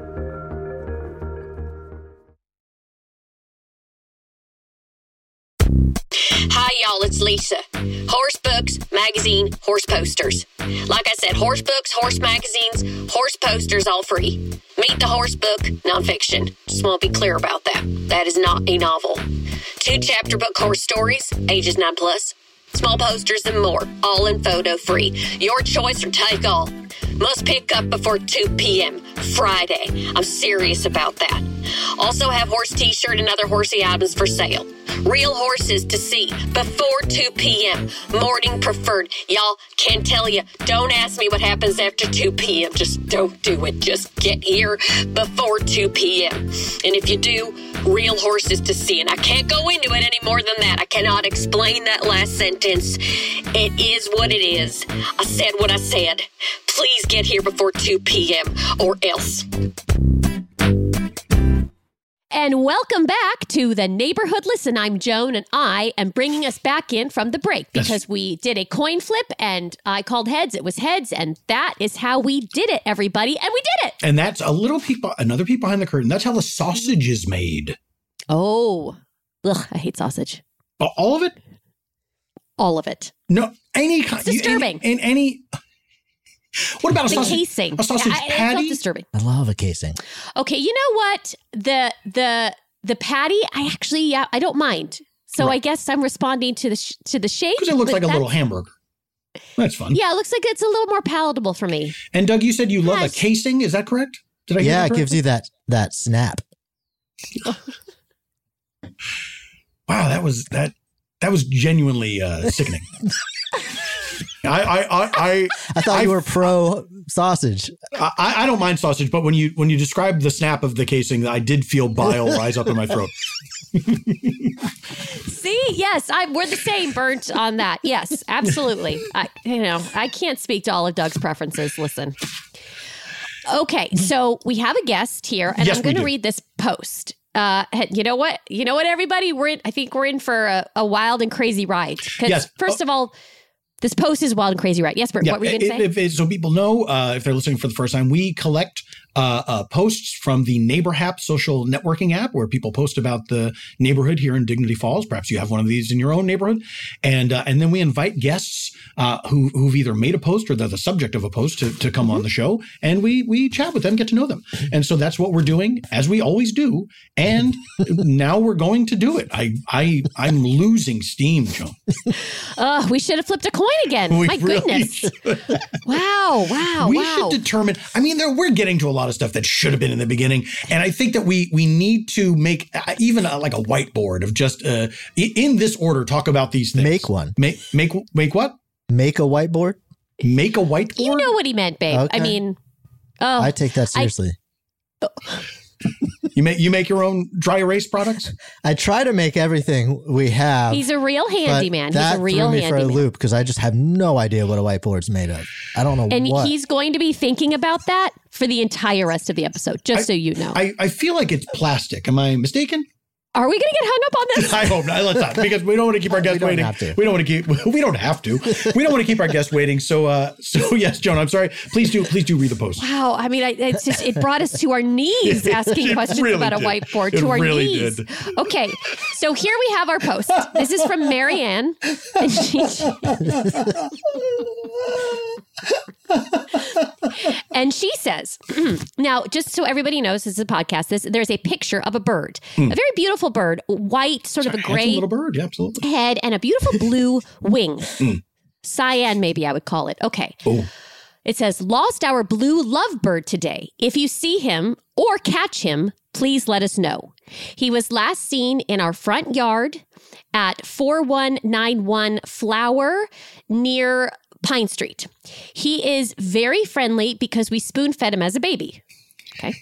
G: Hi, y'all, it's Lisa. Horse Books Magazine Horse Posters. Like I said, Horse Books, Horse Magazines, Horse Posters, all free. Meet the Horse Book Nonfiction. Just want to be clear about that. That is not a novel. Two chapter book horse stories, ages 9 plus. Small posters and more, all in photo free. Your choice or take all. Must pick up before 2 p.m. Friday. I'm serious about that. Also have horse t-shirt and other horsey items for sale. Real horses to see before 2 p.m. Morning preferred. Y'all can tell you, don't ask me what happens after 2 p.m. Just don't do it. Just get here before 2 p.m. And if you do, real horses to see. And I can't go into it any more than that. I cannot explain that last sentence. It is what it is. I said what I said. Please get here before 2 p.m. or else.
E: And welcome back to the neighborhood. Listen, I'm Joan, and I am bringing us back in from the break
C: Yes.
E: because we did a coin flip, and I called heads. It was heads, and that is how we did it, everybody. And we did it.
C: And that's a little peek, be- another peek behind the curtain. That's how the sausage is made.
E: Oh, ugh, I hate sausage.
C: A- All of it?
E: All of it.
C: No, any kind.
E: It's disturbing.
C: In any, what about a
E: The
C: sausage?
E: casing.
C: A sausage
E: I- I- It's
C: patty?
E: not disturbing.
F: I love a casing.
E: Okay, you know what? The the the patty, I actually yeah, I don't mind. So
C: Right.
E: I guess I'm responding to the sh- to the shape
C: Because it looks
E: but
C: like a
E: that-
C: little hamburger. That's fun.
E: Yeah, it looks like it's a little more palatable for me.
C: And Doug, you said you love
E: Yes.
C: a casing. Is that correct? Did I? hear
F: yeah,
C: that
F: it gives
C: correctly?
F: you that that snap.
C: Wow, that was that. That was genuinely uh, sickening. I, I, I, I
F: I thought
C: I-
F: you were pro sausage.
C: I, I don't mind sausage, but when you when you described the snap of the casing, I did feel bile rise up in my throat.
E: See, yes, I we're the same burnt on that. Yes, absolutely. I you know, I can't speak to all of Doug's preferences. Listen. Okay, so we have a guest here, and
C: Yes,
E: I'm
C: we
E: going to
C: do.
E: read this post. Uh, you know what? You know what, everybody? We're in, I think we're in for a, a wild and crazy ride. 'Cause
C: Yes. Oh.
E: First of all, this post is wild and crazy ride. Yes, Bert, what were you going to
C: if-
E: say?
C: if- if- so people know uh, if they're listening for the first time, we collect uh, uh, posts from the NeighborHap social networking app, where people post about the neighborhood here in Dignity Falls. Perhaps you have one of these in your own neighborhood, and uh, and then we invite guests uh, who who've either made a post or they're the subject of a post to, to come
E: Mm-hmm.
C: on the show, and we we chat with them, get to know them, and so that's what we're doing as we always do, and now we're going to do it. I I I'm losing steam, Joan.
E: Ugh, we should have flipped a coin again.
C: We
E: My
C: really
E: goodness. Wow, wow,
C: we
E: Oh, wow.
C: should determine i mean there we're getting to a lot of stuff that should have been in the beginning and i think that we we need to make uh, even uh like a whiteboard of just uh, i- in this order talk about these things
F: Make one.
C: make make make what
F: Make a whiteboard.
C: make a whiteboard
E: you know what he meant, babe. I
F: Okay.
E: mean, oh,
F: I take that
E: I-
F: seriously.
C: You make you make your own dry erase products.
F: I try to make everything we have.
E: He's a real handyman.
F: But that
E: He's a real
F: threw me for a
E: handyman.
F: loop because I just have no idea what a whiteboard's made of. I don't know
E: And
F: what.
E: he's going to be thinking about that for the entire rest of the episode, just so you know.
C: I, I feel like it's plastic. Am I mistaken?
E: Are we going to get hung up on this?
C: I hope not. Let's not because we don't want to keep our guests
F: don't
C: waiting.
F: have to.
C: We don't want to keep. We don't have to. We don't want to keep our guests waiting. So uh, so yes, Joan. I'm sorry. Please do please do read the post.
E: Wow, I mean, I, it's just it brought us to our knees asking
C: It
E: questions
C: really
E: about a
C: did.
E: whiteboard.
C: It
E: to our
C: really
E: knees.
C: did.
E: Okay, so here we have our post. This is from Marianne, and she and she says, now just so everybody knows, this is a podcast. This there's a picture of a bird, a very beautiful bird, white, sort of a
C: Handsome
E: gray
C: Hmm. little bird. Yeah, absolutely.
E: head, and a beautiful blue wing. Cyan, maybe I would call it. Okay.
C: Oh,
E: It says, Lost our blue lovebird today. If you see him or catch him, please let us know. He was last seen in our front yard at 4191 Flower near Pine Street. He is very friendly because we spoon fed him as a baby. Okay.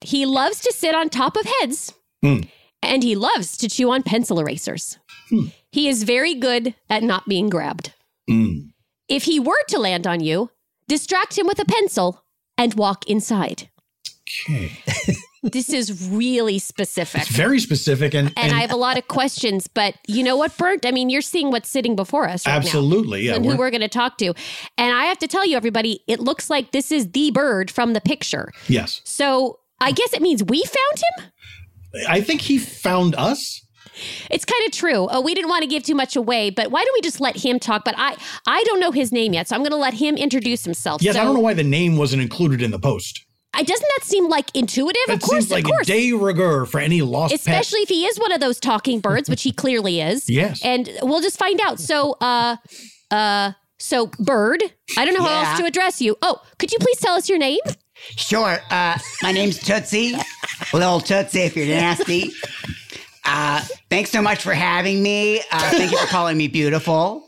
E: he loves to sit on top of heads and he loves to chew on pencil erasers.
C: Hmm.
E: He is very good at not being grabbed.
C: mm.
E: If he were to land on you, distract him with a pencil and walk inside.
C: okay.
E: This is really specific.
C: It's very specific and
E: and, I have a lot of questions, but you know what, Bert? I mean, you're seeing what's sitting before us right
C: absolutely
E: now
C: yeah.
E: and who
C: we're-
E: we're going to talk to. And I have to tell you, everybody, it looks like this is the bird from the picture.
C: yes,
E: So I guess it means we found him?
C: I think he found us.
E: It's kind of true. Oh, we didn't want to give too much away, but why don't we just let him talk? But I I don't know his name yet, so I'm going to let him introduce himself.
C: Yes,
E: so
C: I don't know why the name wasn't included in the post.
E: I- doesn't that seem like intuitive?
C: That
E: of course,
C: seems like
E: of course.
C: a de rigueur for any lost pet.
E: especially if he is one of those talking birds, which he clearly is.
C: Yes.
E: and we'll just find out. So, uh, uh, so bird, I don't know how else to address you. Oh, could you please tell us your name?
H: Sure. Uh, my name's Tootsie. Little Tootsie, if you're nasty. Uh, thanks so much for having me. Uh, thank you for calling me beautiful.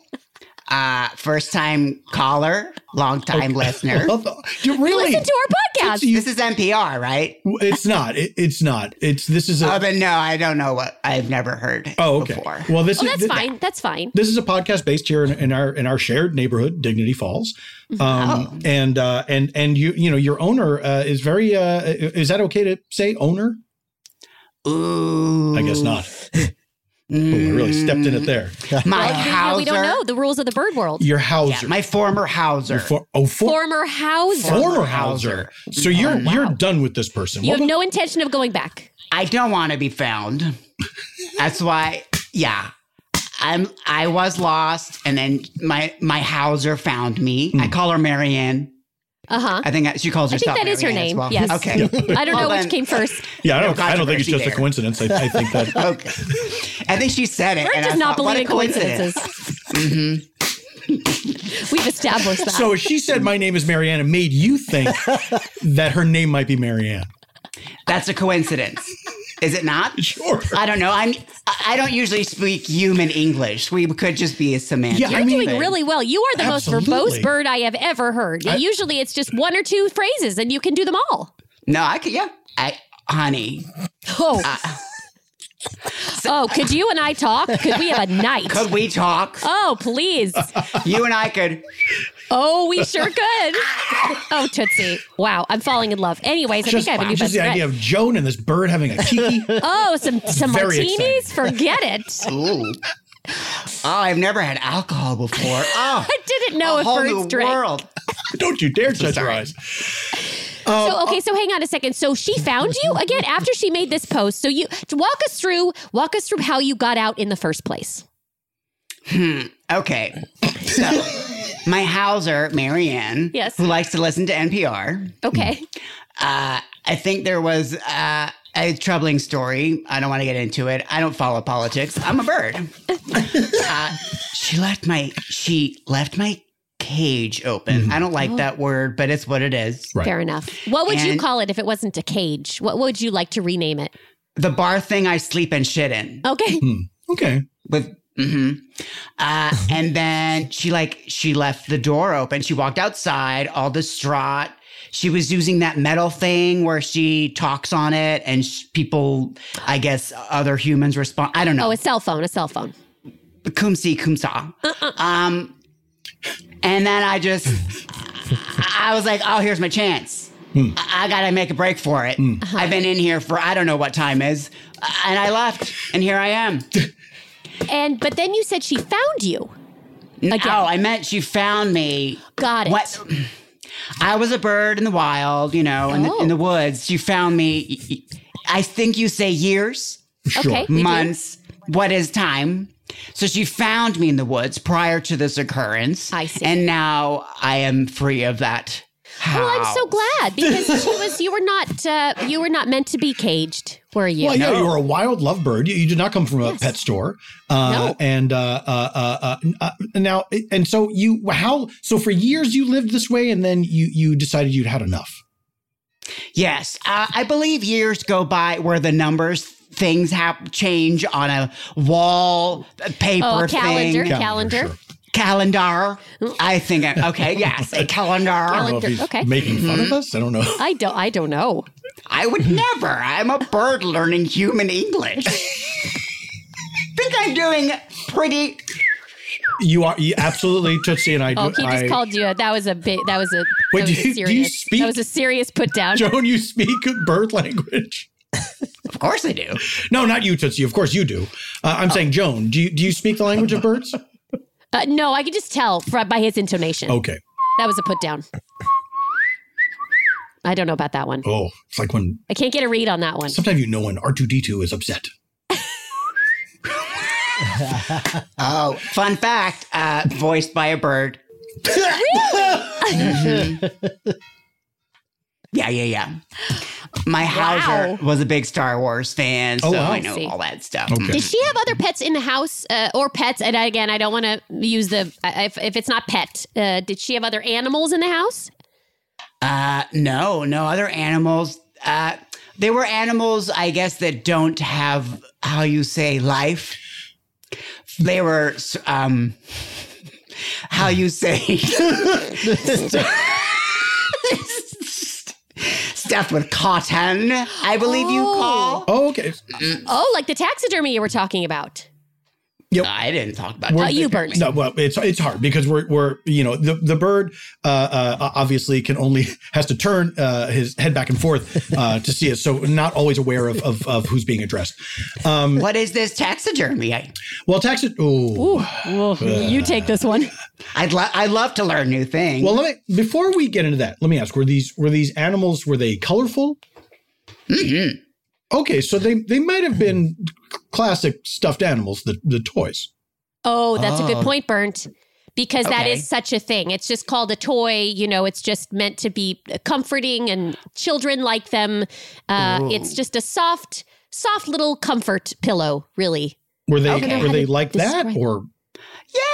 H: Uh, first time caller, long time listener.
C: Love the- you really?
E: Listen to our podcast.
H: This is NPR, right?
C: it's not. It, it's not. It's this is a.
H: Oh, but no, I don't know what I've never heard
C: oh, okay.
H: before.
C: Well, this
E: Well,
C: is
E: that's
C: thi-
E: fine. That's fine.
C: This is a podcast based here in, in our in our shared neighborhood, Dignity Falls, um,
E: Mm-hmm. Oh.
C: and uh, and and you you know your owner uh, is very uh, is that okay to say owner?
H: Ooh.
C: I guess not. Boom, I really stepped
E: Mm.
C: in it there.
H: My
E: Well, you know,
H: Hauser.
E: we don't know the rules of the bird world.
C: Your Hauser,
H: Yeah, my former Hauser.
C: Your for, oh for,
E: Former Hauser. Oh,
C: former
H: former
C: Hauser.
H: Hauser.
C: So you're you're done with this person.
E: you
C: What
E: have
C: was-
E: no intention of going back.
H: I don't want to be found. That's why, yeah. I'm I was lost and then my my Hauser found me. I call her Marianne.
E: Uh huh.
H: I think I, she calls
E: I
H: herself
E: think that is her
H: Marianne as
E: name.
H: well.
E: Yes.
H: Okay.
E: I don't know
H: Well,
E: which
H: then- uh,
E: came first.
C: yeah, I
H: no
C: don't. I don't think it's
H: controversy
C: just a
H: there.
C: coincidence. I, I think that
H: Okay. I think she said it.
E: Bert
H: and I
E: does not
H: thought, what
E: believe
H: a
E: in coincidences.
H: coincidence. Mm-hmm.
E: We've established that.
C: So if she said my name is Marianne and made you think that her name might be Marianne.
H: That's a coincidence. Is it not?
C: Sure.
H: I don't know. I'm I- I don't usually speak human English. We could just be a semantic.
C: Yeah, I
E: You're
C: mean-
E: doing really well. You are the
C: Absolutely.
E: most verbose bird I have ever heard. Usually it's just one or two phrases and you can do them all.
H: No, I could yeah. I honey.
E: Oh.
H: Uh,
E: oh, could you and I talk? Could we have a night?
H: Could we talk?
E: Oh, please.
H: You and I could
E: Oh, we sure could. Oh, Tootsie. Wow, I'm falling in love. Anyways, I
C: Just,
E: think I have a new
C: just
E: best
C: the idea
E: friend.
C: of Joan and this bird having a kiki.
E: Oh, some, some
C: Very
E: martinis? Forget it.
H: Ooh. Oh, I've never had alcohol before. Oh,
E: I didn't know
H: a
E: if
H: whole
E: birds
H: new
E: drank.
H: world.
C: Don't you dare shut your
H: sorry.
C: eyes.
E: So okay, so hang on a second. So she found you again after she made this post. So you to walk us through, walk us through how you got out in the first place.
H: Hmm, Okay. So, my Hauser, Marianne,
E: Yes.
H: who likes to listen to NPR,
E: Okay.
H: uh, I think there was uh, a troubling story. I don't want to get into it. I don't follow politics. I'm a bird. uh, she left my she left my cage open. I don't like that word, but it's what it is.
C: Right.
E: Fair enough. What would you
H: And-
E: call it if it wasn't a cage? What would you like to rename it?
H: The bar thing I sleep and shit in
E: Okay.
C: Okay.
H: with hmm Uh, and then she like she left the door open. She walked outside, all distraught. She was using that metal thing where she talks on it, and sh- people, I guess, other humans respond. I don't know.
E: Oh, a cell phone, a cell phone.
H: Kumsi Kumsa. Um, and then I just, I I was like, oh, here's my chance. I I gotta make a break for it. I've been in here for I don't know what time is, Uh, and I left, and here I am.
E: And but then you said she found you.
H: No,
E: Again.
H: Oh, I meant she found me.
E: Got it.
H: What? I was a bird in the wild, you know, in, the,
E: Oh.
H: in the woods. She found me. I think you say years,
C: Sure.
E: Okay. we do.
H: months. What is time? So she found me in the woods prior to this occurrence.
E: I see.
H: And now I am free of that.
E: Well, I'm so
H: house.
E: glad because she was. You were not. Uh, you were not meant to be caged, were you?
C: Well, yeah, you were a wild lovebird. You, you did not come from a
E: Yes.
C: pet store. Uh,
E: No.
C: And uh, uh, uh, uh, n- uh, now, and so you, how, so for years you lived this way and then you, you decided you'd had enough.
H: Yes, uh, I believe years go by where the numbers things have change on a wall, a paper
E: Oh, a calendar,
H: thing,
E: calendar.
C: Calendar,
H: calendar. I think. I, okay, yes, a
C: I
H: calendar.
C: don't know
E: Calendar,
C: if he's
E: okay.
C: making fun of
E: Mm-hmm.
C: us. I don't know.
E: I don't. I don't know.
H: I would never. I'm a bird learning human English. I think I'm doing pretty.
C: You are you absolutely Tootsie and I.
E: Oh,
C: do-
E: he just
C: I-
E: called you. A, that was a big. That was a.
C: Wait,
E: that
C: do
E: was a
C: you- do you
E: serious,
C: speak-
E: That was a serious put down.
C: Joan, you speak bird language.
H: Of course I do.
C: No, not you, Tootsie. Of course you do. Uh,
E: Oh.
C: I'm saying, Joan, do you, do you speak the language of birds?
E: Uh, no, I could just tell fr by his intonation.
C: Okay.
E: That was a put down. I don't know about that one.
C: Oh, it's like when
E: I can't get a read on that one.
C: sometimes you know when R2D2 is upset.
H: Oh, fun fact uh, voiced by a bird. Yeah, yeah, yeah. My Hauser was a big Star Wars fan, so
C: Oh, wow.
H: I know
E: See.
H: all that stuff.
C: Okay.
E: Did she have other pets in the house uh, or pets? And I- again, I don't want to use the I- if, if it's not pet. Uh, did she have other animals in the house?
H: Uh, no, no other animals. Uh, they were animals, I guess, that don't have how you say life. They were, um, how you say stuff with cotton. I believe you call.
C: Oh, okay.
E: Oh, like the taxidermy you were talking about.
H: I didn't talk about
E: Uh,
C: Well,
E: you birds.
C: No, well, it's it's hard because we're we're you know the the bird uh, uh, obviously can only has to turn uh, his head back and forth uh, to see us, so not always aware of of, of who's being addressed. Um,
H: What is this taxidermy? I,
C: well, taxi.
E: Ooh,
C: Ooh.
E: well, you take this one.
H: I'd lo- I love to learn new things.
C: Well, let me before we get into that, let me ask: Were these were these animals were they colorful? Mm-hmm. Okay, so they they might have been classic stuffed animals, the the toys.
E: Oh, that's a
F: Oh.
E: good point, Burnt. Because that
H: Okay.
E: is such a thing. It's just called a toy. You know, it's just meant to be comforting and children like them. Uh, it's just a soft, soft little comfort pillow, really.
C: Were they
H: Okay.
C: were they like that
E: Describe-
C: or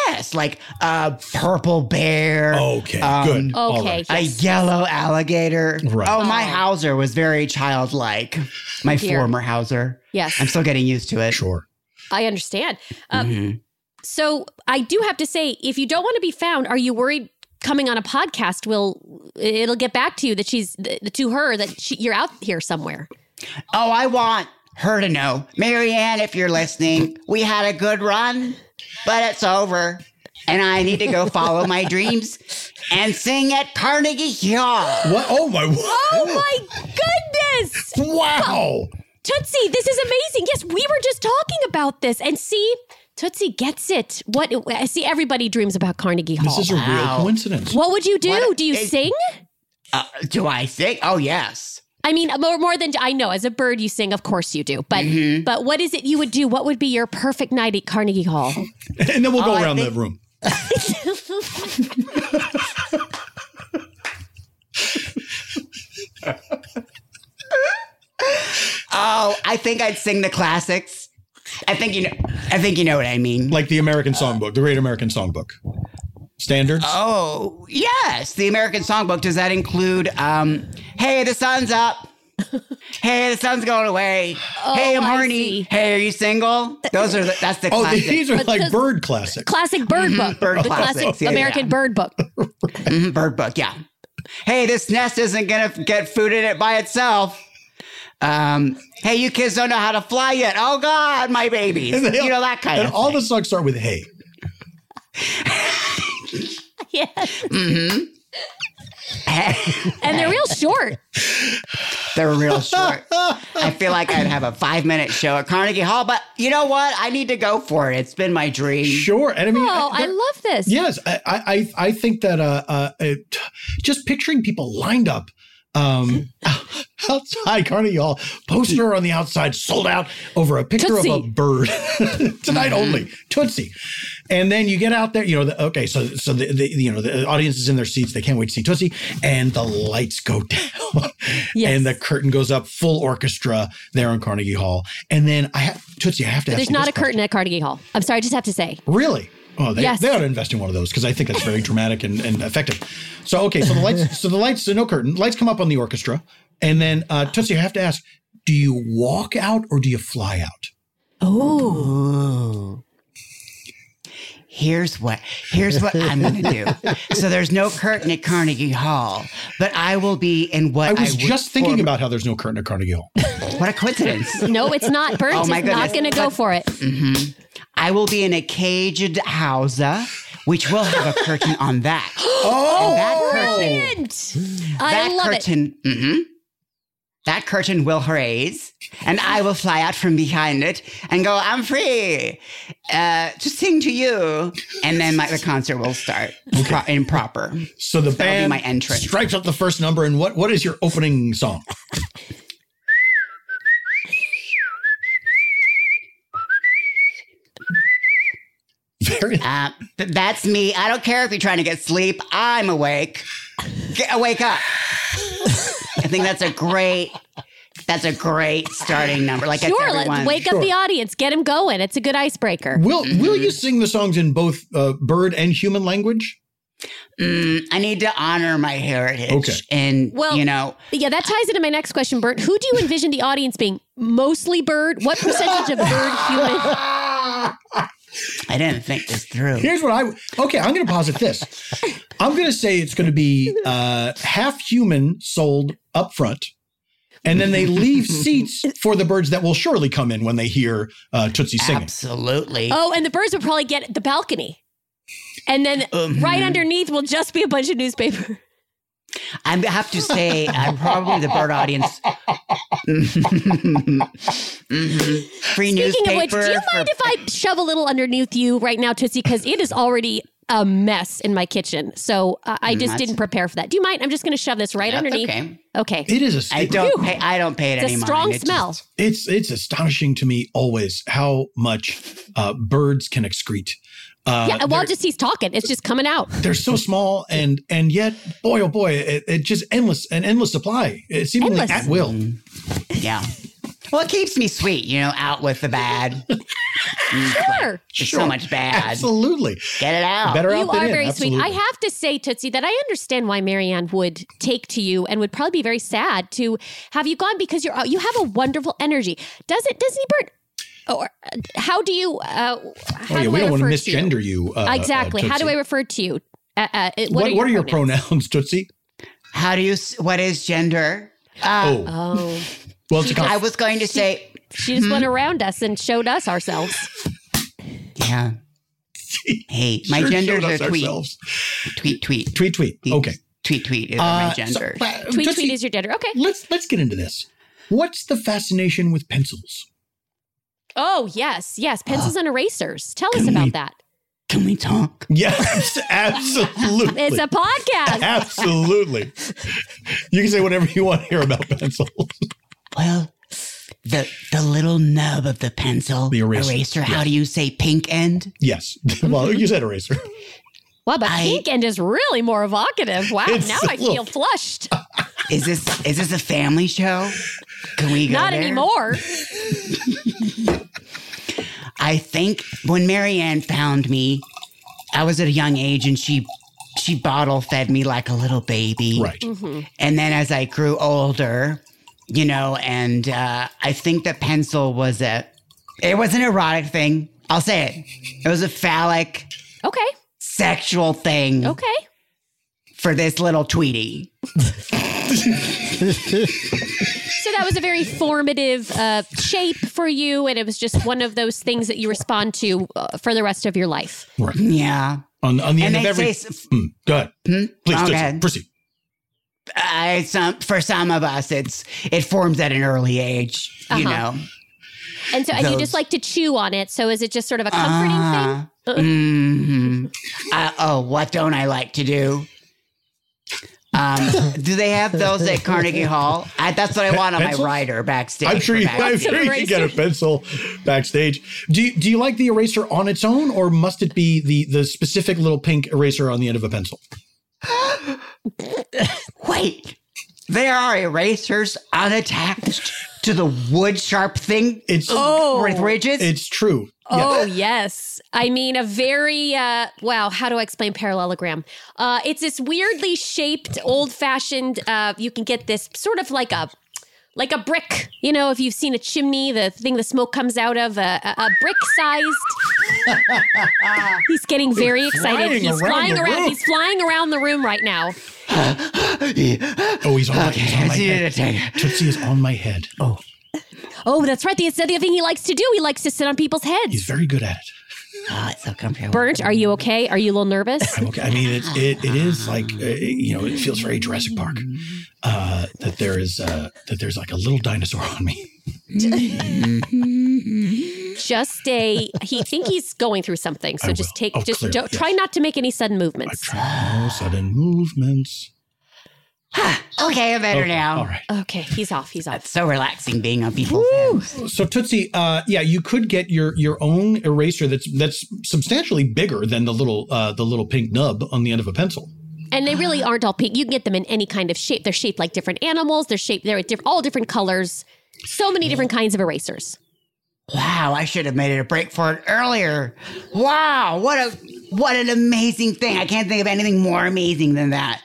H: yes, like a purple bear.
C: okay?
H: Um,
C: good. All
E: Okay.
C: right.
H: a
E: yes.
H: yellow alligator.
C: Right.
H: Oh, my
E: Oh.
H: Hauser was very childlike. My
E: Dear.
H: former Hauser.
E: Yes.
H: I'm still getting used to it.
C: Sure.
E: I understand. Um,
H: Mhm.
E: So I do have to say, if you don't want to be found, are you worried coming on a podcast will it'll get back to you that she's th- to her that she, you're out here somewhere?
H: Oh, I want her to know, Marianne, if you're listening, we had a good run, but it's over, and I need to go follow my dreams and sing at Carnegie Hall.
C: What? Oh my!
E: Oh my goodness,
C: Wow.
E: Tootsie, this is amazing. Yes, we were just talking about this, and see, Tootsie gets it. What? See, everybody dreams about Carnegie Hall.
C: This is a real
H: wow.
C: coincidence.
E: what would you do?
H: What-
E: do you
H: it-
E: sing?
H: Uh, do I sing? Oh, yes.
E: I mean, more more than I know. As a bird, you sing, of course you do. But
H: Mm-hmm.
E: but what is it you would do? What would be your perfect night at Carnegie Hall?
C: And then we'll go
H: Oh, I
C: around
H: think-
C: the room.
H: Oh, I think I'd sing the classics. I think you know. I think you know what I mean.
C: Like the American Songbook, the Great American Songbook. Standards?
H: Oh, yes. The American Songbook. Does that include, um, hey, the sun's up? Hey, the sun's going away. hey, I'm
E: Oh, I
H: horny.
E: see.
H: Hey, are you single? Those are the, that's the
C: Oh,
H: classic.
C: these are
E: But
C: like
E: those-
C: bird classics.
E: Classic bird book.
H: Mm-hmm. bird
E: the classic
H: classics, yeah,
E: American
H: yeah.
E: bird book.
H: Mhm, bird book, yeah. Hey, this nest isn't gonna f- get food in it by itself. Um, hey, you kids don't know how to fly yet. Oh God, my babies.
C: And they-
H: you know that kind
C: and
H: of
C: all the
H: thing.
C: songs start with hey.
E: Yes.
H: Mm-hmm. This-
E: And they're real short.
H: They're real short. I feel like I'd have a five minute show at Carnegie Hall, but you know what? I need to go for it. It's been my dream.
C: Sure. And I mean,
E: Oh,
C: there-
E: I love this.
C: Yes, I I, I I think that uh, uh it- just picturing people lined up um outside Carnegie Hall, poster on the outside, sold out over a picture of a
E: Tootsie. Mm-hmm.
C: bird tonight only Tootsie, and then you get out there, you know, the, okay, so so the, the you know the audience is in their seats, they can't wait to see Tootsie, and the lights go down,
E: Yes.
C: and the curtain goes up, full orchestra there in Carnegie Hall, and then I have Tootsie, I have to. Ask
E: There's
C: you
E: not
C: this
E: a curtain at Carnegie Hall. I'm sorry, I just have to say.
C: Really? Oh, they,
E: Yes.
C: they ought to invest in one of those because I think that's very dramatic and, and effective. So okay, so the lights, so the lights, so no curtain, lights come up on the orchestra, and then uh, Tootsie, I have to ask, do you walk out or do you fly out?
E: Oh.
H: Ooh. Here's what here's what I'm gonna do. So there's no curtain at Carnegie Hall, but I will be in what
C: I was
H: would
C: just thinking
H: form-
C: about how there's no curtain at Carnegie Hall.
H: what a coincidence.
E: No, it's not. Burns
H: Oh, my
E: is not
H: goodness.
E: going to go for it.
H: Mm-hmm. I will be in a caged house, uh, which will have a curtain on that.
C: Oh,
H: And that curtain,
E: Brilliant. I
H: that
E: love it.
H: curtain, mhm. that curtain will raise, and I will fly out from behind it and go, "I'm free uh, to sing to you," and then my, the concert will start pro- in proper.
C: so the
H: That'll be
C: band
H: my entrance.
C: stripes up the first number, and what what is your opening song? Very
H: Uh, th- that's me. I don't care if you're trying to get sleep. I'm awake. Get, uh, wake up. I think that's a great. That's a great starting number. Like
E: Sure,
H: it's
E: let's
H: everyone.
E: wake up the audience. Get him going. It's a good icebreaker.
C: Will Will you sing the songs in both uh, bird and human language?
H: Mm, I need to honor my heritage.
C: Okay.
H: And
E: Well-
H: you know,
E: Yeah, that ties into my next question, Bert. Who do you envision the audience being? Mostly bird? What percentage of bird human?
H: I didn't think this through.
C: Here's what I w- okay. I'm going to posit this. I'm going to say it's going to be uh, half human sold up front, and then they leave seats for the birds that will surely come in when they hear uh, Tootsie singing.
H: Absolutely.
E: Oh, and the birds would probably get the balcony. And then
H: Mhm.
E: Oh, right underneath will just be a bunch of newspaper.
H: I have to say, I'm probably the bird audience. Mhm. Free
E: Speaking of which,
H: newspaper.
E: do you
H: for-
E: mind if I shove a little underneath you right now, Tootsie? Because it is already a mess in my kitchen. So uh, I just
H: Mm, that's-
E: didn't prepare for that. Do you mind? I'm just going to shove this right
H: That's
E: underneath.
H: okay.
E: Okay.
C: It is
H: I
C: a
H: don't pay. I don't pay it
E: It's a
H: any mind.
E: strong
H: It just-
E: smell.
C: it's it's astonishing to me always how much uh, birds can excrete. Uh,
E: yeah, well, just he's talking. It's just coming out.
C: they're so small and and yet boy oh boy it, it just endless an endless supply it seemingly
E: Endless.
C: at will
H: Mm-hmm. Yeah. Well, it keeps me sweet, you know, out with the bad.
E: Sure.
H: There's
C: Sure.
H: so much bad.
C: absolutely
H: Get it out.
C: better out
E: Oh, You
C: than
E: are
C: in,
E: very
C: absolutely.
E: sweet. I have to say, Tootsie, that I understand why Marianne would take to you and would probably be very sad to have you gone because you're uh, you have a wonderful energy. Does it, Disney Bird? Or uh, how do you? Uh,
C: oh
E: how
C: yeah
E: do
C: we
E: I
C: don't want to
E: refer you?
C: misgender you, uh,
E: exactly.
C: uh,
E: how do I
C: Tootsie.
E: refer to you? Uh, uh, what,
C: what, what are your
E: pronouns?
C: pronouns, tootsie
H: How do you? s- What is gender? Uh,
C: oh
E: Oh,
C: well it's a
H: I
C: con-
H: was going to say.
E: she just
C: Hmm?
E: went around us and showed us ourselves.
H: Yeah. Hey, my
C: sure
H: genders
C: showed
H: are
C: us
H: tweet,
C: ourselves.
H: tweet, tweet,
C: tweet tweet okay
H: tweet, tweet is
C: Uh,
H: my
C: so,
H: gender.
C: uh,
E: Tweet,
C: Tootsie,
E: tweet is your dinner. Okay.
C: let's let's get into this what's the fascination with pencils
E: Oh yes, yes.
C: Ah.
E: Pencils and erasers. Tell us about that.
H: Can we talk?
C: yes absolutely
E: It's a podcast.
C: absolutely you can say whatever you want here about pencils
H: Well, the the little nub of the pencil,
C: The eraser,
H: How do you say pink end?
C: yes well you said eraser
E: Wow, but
H: I-
E: pink end is really more evocative. Wow,
C: It's-
E: now I feel
C: look.
E: flushed.
H: Is this is this a family show? Can we go
E: Not
H: there?
E: anymore.
H: I think when Marianne found me, I was at a young age and she she bottle fed me like a little baby.
C: right
H: And then as I grew older, you know, and uh, I think that pencil was a, it was an erotic thing. I'll say it. It was a phallic,
E: Okay.
H: sexual thing
E: Okay.
H: for this little Tweety.
E: So that was a very formative uh, shape for you, and it was just one of those things that you respond to uh, for the rest of your life.
H: Yeah.
C: On, on the
H: And
C: end of
H: they
C: every.
H: say, s-
C: Mm, go ahead.
H: hmm?
C: Please,
H: Oh,
C: please,
H: go ahead.
C: proceed.
H: I, some, for some of us, it's it forms at an early age, you
E: Uh-huh.
H: know.
E: And so, and you
H: Those-
E: just like to chew on it. So is it just sort of a comforting thing? Uh.
H: thing? Ah. oh, what don't I like to do? Um, do they have those at Carnegie Hall? I, that's what I want on
C: Pencils?
H: my rider backstage.
C: I'm sure, you,
H: for back-
C: I'm sure you can get a pencil backstage. Do you, do you like the eraser on its own, or must it be the, the specific little pink eraser on the end of a pencil?
H: Wait, there are erasers unattached to the wood sharp thing
C: It's
E: Oh.
H: with ridges.
C: it's true.
E: Oh yes, I mean a very uh, wow. How do I explain parallelogram? Uh, it's this weirdly shaped, old-fashioned. Uh, you can get this sort of like a like a brick. You know, if you've seen a chimney, the thing the smoke comes out of uh, a, a, a brick-sized. he's getting very
C: flying
E: excited. he's
C: around
E: flying
C: the
E: around.
C: room.
E: He's flying around the room right now.
C: Oh, he's on my, he's on
H: okay,
C: my
H: I see it.
C: head. Tootsie is on my head. Oh,
E: Oh, that's right. That's the other thing he likes to do. He likes to sit on people's
C: he's
E: heads.
C: very good at it.
H: Oh, it's so comfortable.
E: Burnt, are you okay? Are you a little nervous?
C: I'm okay. I mean, it, it, it is like uh, you know, it feels very Jurassic Park
H: Mm-hmm.
C: uh, that there is uh, that there's like a little dinosaur on me.
E: just a he think he's going through something so
C: I
E: just
C: will.
E: take
C: Oh,
E: just
C: clear.
E: don't
C: Yes.
E: try not to make any sudden
C: I
E: movements
C: try no sudden movements.
H: Okay, I'm better
C: Okay,
H: now.
C: All right.
E: okay he's off he's off
H: It's so relaxing being on people's heads.
C: So Tootsie, uh, yeah, you could get your your own eraser that's that's substantially bigger than the little uh, the little pink nub on the end of a pencil.
E: and they really aren't all pink you can get them in any kind of shape they're shaped like different animals they're shaped they're at diff- all different colors so many different kinds of erasers
H: Wow, I should have made it a break for it earlier. Wow, what a what an amazing thing. I can't think of anything more amazing than that.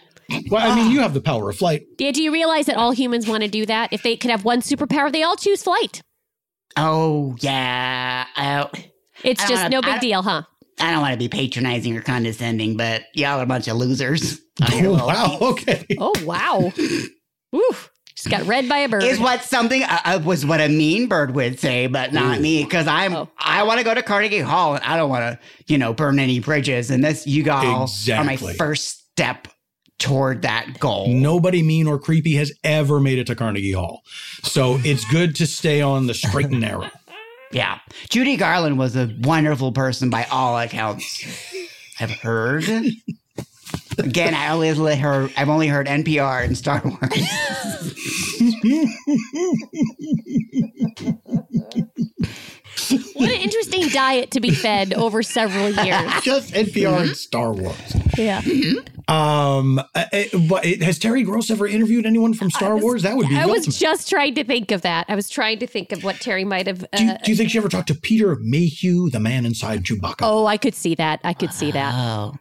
C: Well, I
H: Ah.
C: mean, you have the power of flight.
E: yeah do you realize that all humans want to do that if they could have one superpower they all choose flight
H: Oh yeah. I,
E: it's
H: I
E: just
H: don't-
E: no
H: I
E: big
H: don't-
E: deal huh
H: I don't want to be patronizing or condescending, but y'all are a bunch of losers.
C: Oh, wow. Okay.
E: oh wow Woo. just got read by a bird
H: Is what something uh, uh, was what a mean bird would say, but not me, because I'm
E: Oh.
H: I want to go to Carnegie Hall and I don't want to you know burn any bridges, and this you all are my
C: Exactly.
H: first step toward that goal.
C: Nobody mean or creepy has ever made it to Carnegie Hall. So it's good to stay on the straight and narrow.
H: Yeah. Judy Garland was a wonderful person by all accounts. I've heard. Again, I always let her I've only heard NPR and Star Wars.
E: what an interesting diet to be fed over several years
C: Just NPR
H: Mm-hmm.
C: and Star Wars.
E: yeah
C: Um, uh, it- but it- has Terry Gross ever interviewed anyone from Star Wars? That would be.
E: I was
C: awesome.
E: just trying to think of that. I was trying to think of what Terry might have. Uh,
C: do, you, do you think she ever talked to Peter Mayhew, the man inside Chewbacca?
E: oh, I could see that. I could see that.
H: Oh.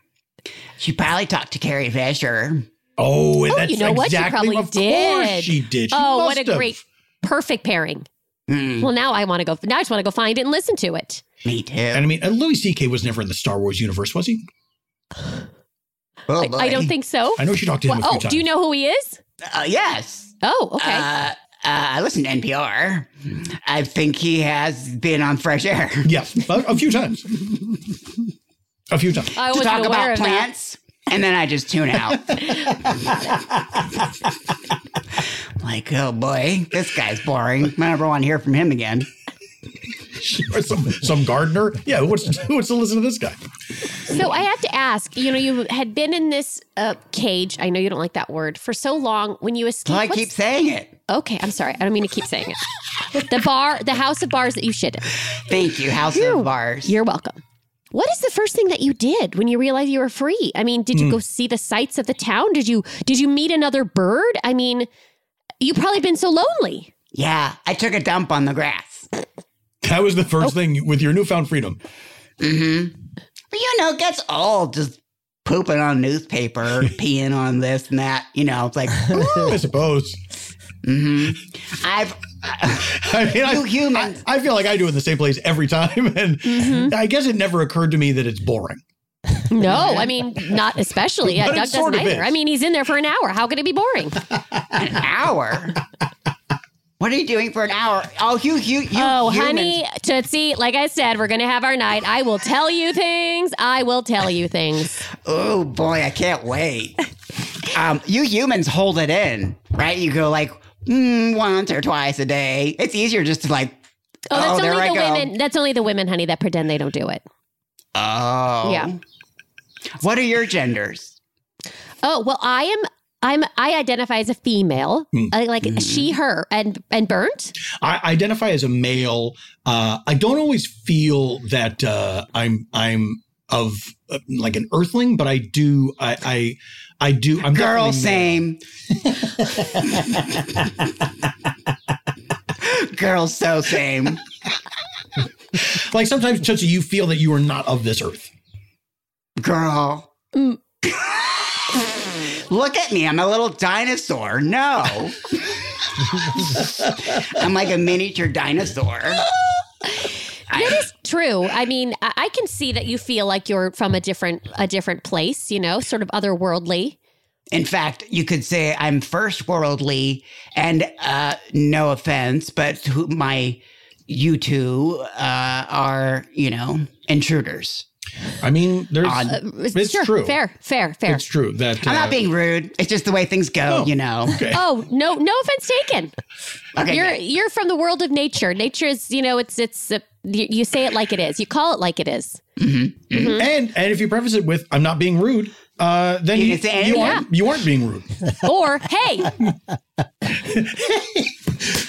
H: She probably talked to Carrie Fisher.
C: Oh, and
E: Oh,
C: that's
E: you know what? She
C: exactly
E: probably
C: of
E: did.
C: Course she did. She
E: oh, what a
C: must have.
E: great, perfect pairing.
H: Mm,
E: Well, now I want to go. Now I just want to go find it and listen to it.
H: me too.
C: And I mean, and Louis C.K. was never in the Star Wars universe, was he?
H: Oh,
E: I, I
H: boy.
E: don't think so.
C: I know she talked to him
E: Well,
C: a few
E: oh,
C: times.
E: do you know who he is?
H: Uh, yes.
E: Oh, okay.
H: Uh, uh, I listen to NPR. I think he has been on Fresh Air
C: Yes, a, a few times. A few times.
E: I
H: to
E: wasn't
H: talk
E: aware
H: about
E: of that.
H: plants, and then I just tune out. like, oh boy, this guy's boring. I never want to hear from him again.
C: or some some gardener. Yeah, who wants to, who wants to listen to this guy?
E: So I have to ask. You know, you had been in this uh, cage. I know you don't like that word for so long. When you escaped,
H: Well, I
E: what's-
H: keep saying it.
E: okay. I'm sorry. I don't mean to keep saying it. The bar, the house of bars that you shit in.
H: Thank you, House of Bars.
E: You're welcome. What is the first thing that you did when you realized you were free? I mean,
H: Hmm.
E: did you go see the sights of the town? Did you did you meet another bird? I mean, you probably been so lonely.
H: yeah, I took a dump on the grass.
C: That was the
E: Oh.
C: first thing with your newfound freedom.
H: But Mm-hmm. you know, it gets old just pooping on newspaper, peeing on this and that. You know, it's like,
C: I suppose.
H: I've
C: I mean, I,
H: You humans.
C: I, I feel like I do it in the same place every time, and
H: Mm-hmm.
C: I guess it never occurred to me that it's boring.
E: No, I mean not especially. Yeah,
C: But it
E: Doug
C: sort
E: doesn't
C: of
E: either.
C: is.
E: I mean, he's in there for an hour. How could it be boring?
H: an hour. what are you doing for an hour? Oh, you, you, you.
E: oh,
H: humans.
E: honey, Tootsie. Like I said, we're gonna have our night. I will tell you things. I will tell you things.
H: Oh boy, I can't wait. um, you humans hold it in, right? You go like mm, once or twice a day. It's easier just to like.
E: Oh,
H: Oh,
E: that's
H: there
E: only
H: I
E: the
H: go.
E: women. That's only the women, honey, that pretend they don't do it.
H: Oh.
E: Yeah.
H: What are your genders?
E: Oh well, I am. I'm. I identify as a female,
C: Hmm.
E: I like she, her, and and burnt.
C: I identify as a male. Uh, I don't always feel that uh, I'm I'm of uh, like an earthling, but I do. I I, I do. I'm
H: Girl,
C: definitely male.
H: same. Girl, so same.
C: Like sometimes, Tootsie, you feel that you are not of this earth.
H: Girl.
E: Mm.
H: Look at me. I'm a little dinosaur. No. I'm like a miniature dinosaur.
E: That is true. I mean, I, I can see that you feel like you're from a different a different place. You know, sort of otherworldly.
H: In fact, you could say I'm first worldly, and uh, no offense, but who, my you two uh, are, you know, intruders.
C: I mean, there's.
H: Odd.
E: Uh,
C: It's true.
E: Fair, fair, fair.
C: It's true that
H: I'm
C: uh,
H: not being rude. It's just the way things go,
C: Oh.
H: you know.
E: Oh no, no offense taken.
H: Okay,
E: you're
H: good.
E: you're from the world of nature. Nature is, you know, it's it's uh, you, you say it like it is. You call it like it is.
C: And and if you preface it with "I'm not being rude," uh, then
H: You
C: you
H: can say
C: you,
H: anything.
C: aren't, you aren't being rude.
E: Or hey,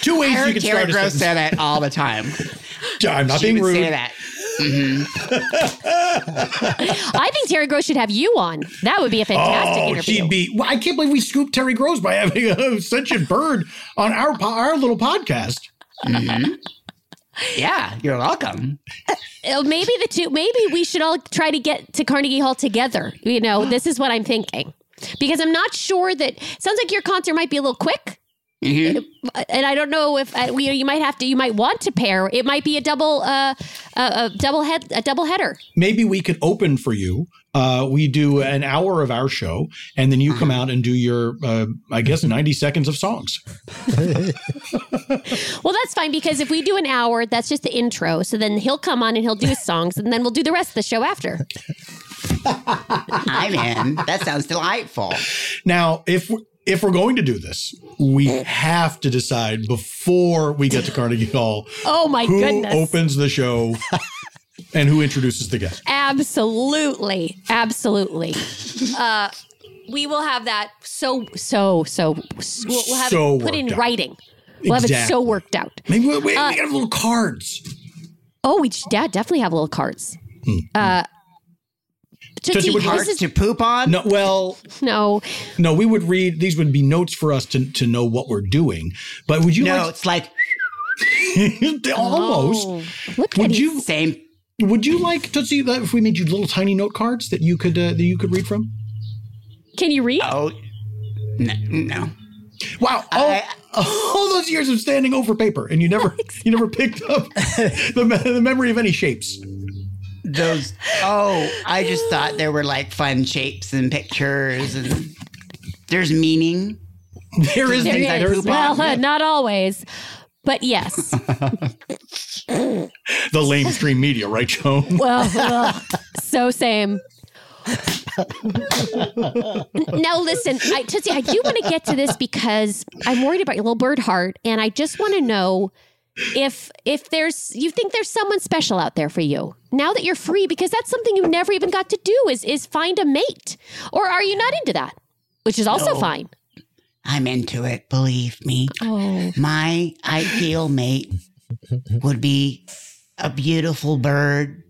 C: Two
H: I
C: ways you
H: heard
C: can
H: Karen
C: start a sentence.
H: Gross say that all the time.
C: I'm not
H: She
C: being
H: would
C: rude.
H: say that.
E: I think Terry Gross should have you on. That would be a fantastic
C: Oh,
E: interview.
C: she'd be. Well, I can't believe we scooped Terry Gross by having uh, a sentient bird on our po- our little podcast.
H: Yeah, you're welcome.
E: Oh, maybe the two. Maybe we should all try to get to Carnegie Hall together. You know, this is what I'm thinking because I'm not sure that sounds like your concert might be a little quick.
H: Mm-hmm.
E: And I don't know if uh, you, know, you might have to, you might want to pair. It might be a double, uh, a, a double head, a double header.
C: Maybe we could open for you. Uh, we do an hour of our show, and then you
E: Mm-hmm.
C: come out and do your, uh, I guess, ninety seconds of songs.
E: Well, that's fine because if we do an hour, that's just the intro. So then he'll come on and he'll do his songs, and then we'll do the rest of the show after.
H: I'm in. That sounds delightful.
C: Now, if if we're going to do this, we
E: Eh.
C: have to decide before we get to Carnegie Hall
E: Oh my
C: who
E: goodness!
C: opens the show and who introduces the guest.
E: Absolutely. Absolutely. uh, we will have that so, so, so, so we'll we'll have
C: So
E: it put in
C: worked out.
E: writing. We'll have it
C: Exactly.
E: so worked out.
C: Maybe we, we, we
E: Uh,
C: got little cards.
E: Oh, we should, yeah, definitely have little cards.
C: Hmm.
E: Uh, Tootsie,
C: Tootsie, would you
E: this
C: like
E: is,
H: To poop on?
C: No, well,
E: no,
C: no, we would read these would be notes for us to to know what we're doing. But would you
H: no, it's like
C: like almost?
E: Oh, look at
C: Would
E: you.
C: you
H: same.
C: would you like to see that if we made you little tiny note cards that you could uh, that you could read from?
E: Can you read?
H: Oh, no. no.
C: Wow! All,
H: I-
C: all those years of standing over paper and you never you never picked up the, me- the memory of any shapes.
H: Those. Oh, I just thought there were like fun shapes and pictures, and there's meaning.
C: There is
H: There
C: the-
H: is.
C: there is
E: well, uh, not always. But yes.
C: the lamestream media, right, Joan?
E: well, well, so same. now listen, I, Tootsie, I do want to get to this because I'm worried about your little bird heart, and I just want to know if if there's you think there's someone special out there for you now that you're free, because that's something you never even got to do is is find a mate, or are you not into that? Which is also
H: No.
E: fine.
H: I'm into it. Believe me,
E: Oh,
H: my ideal mate would be a beautiful bird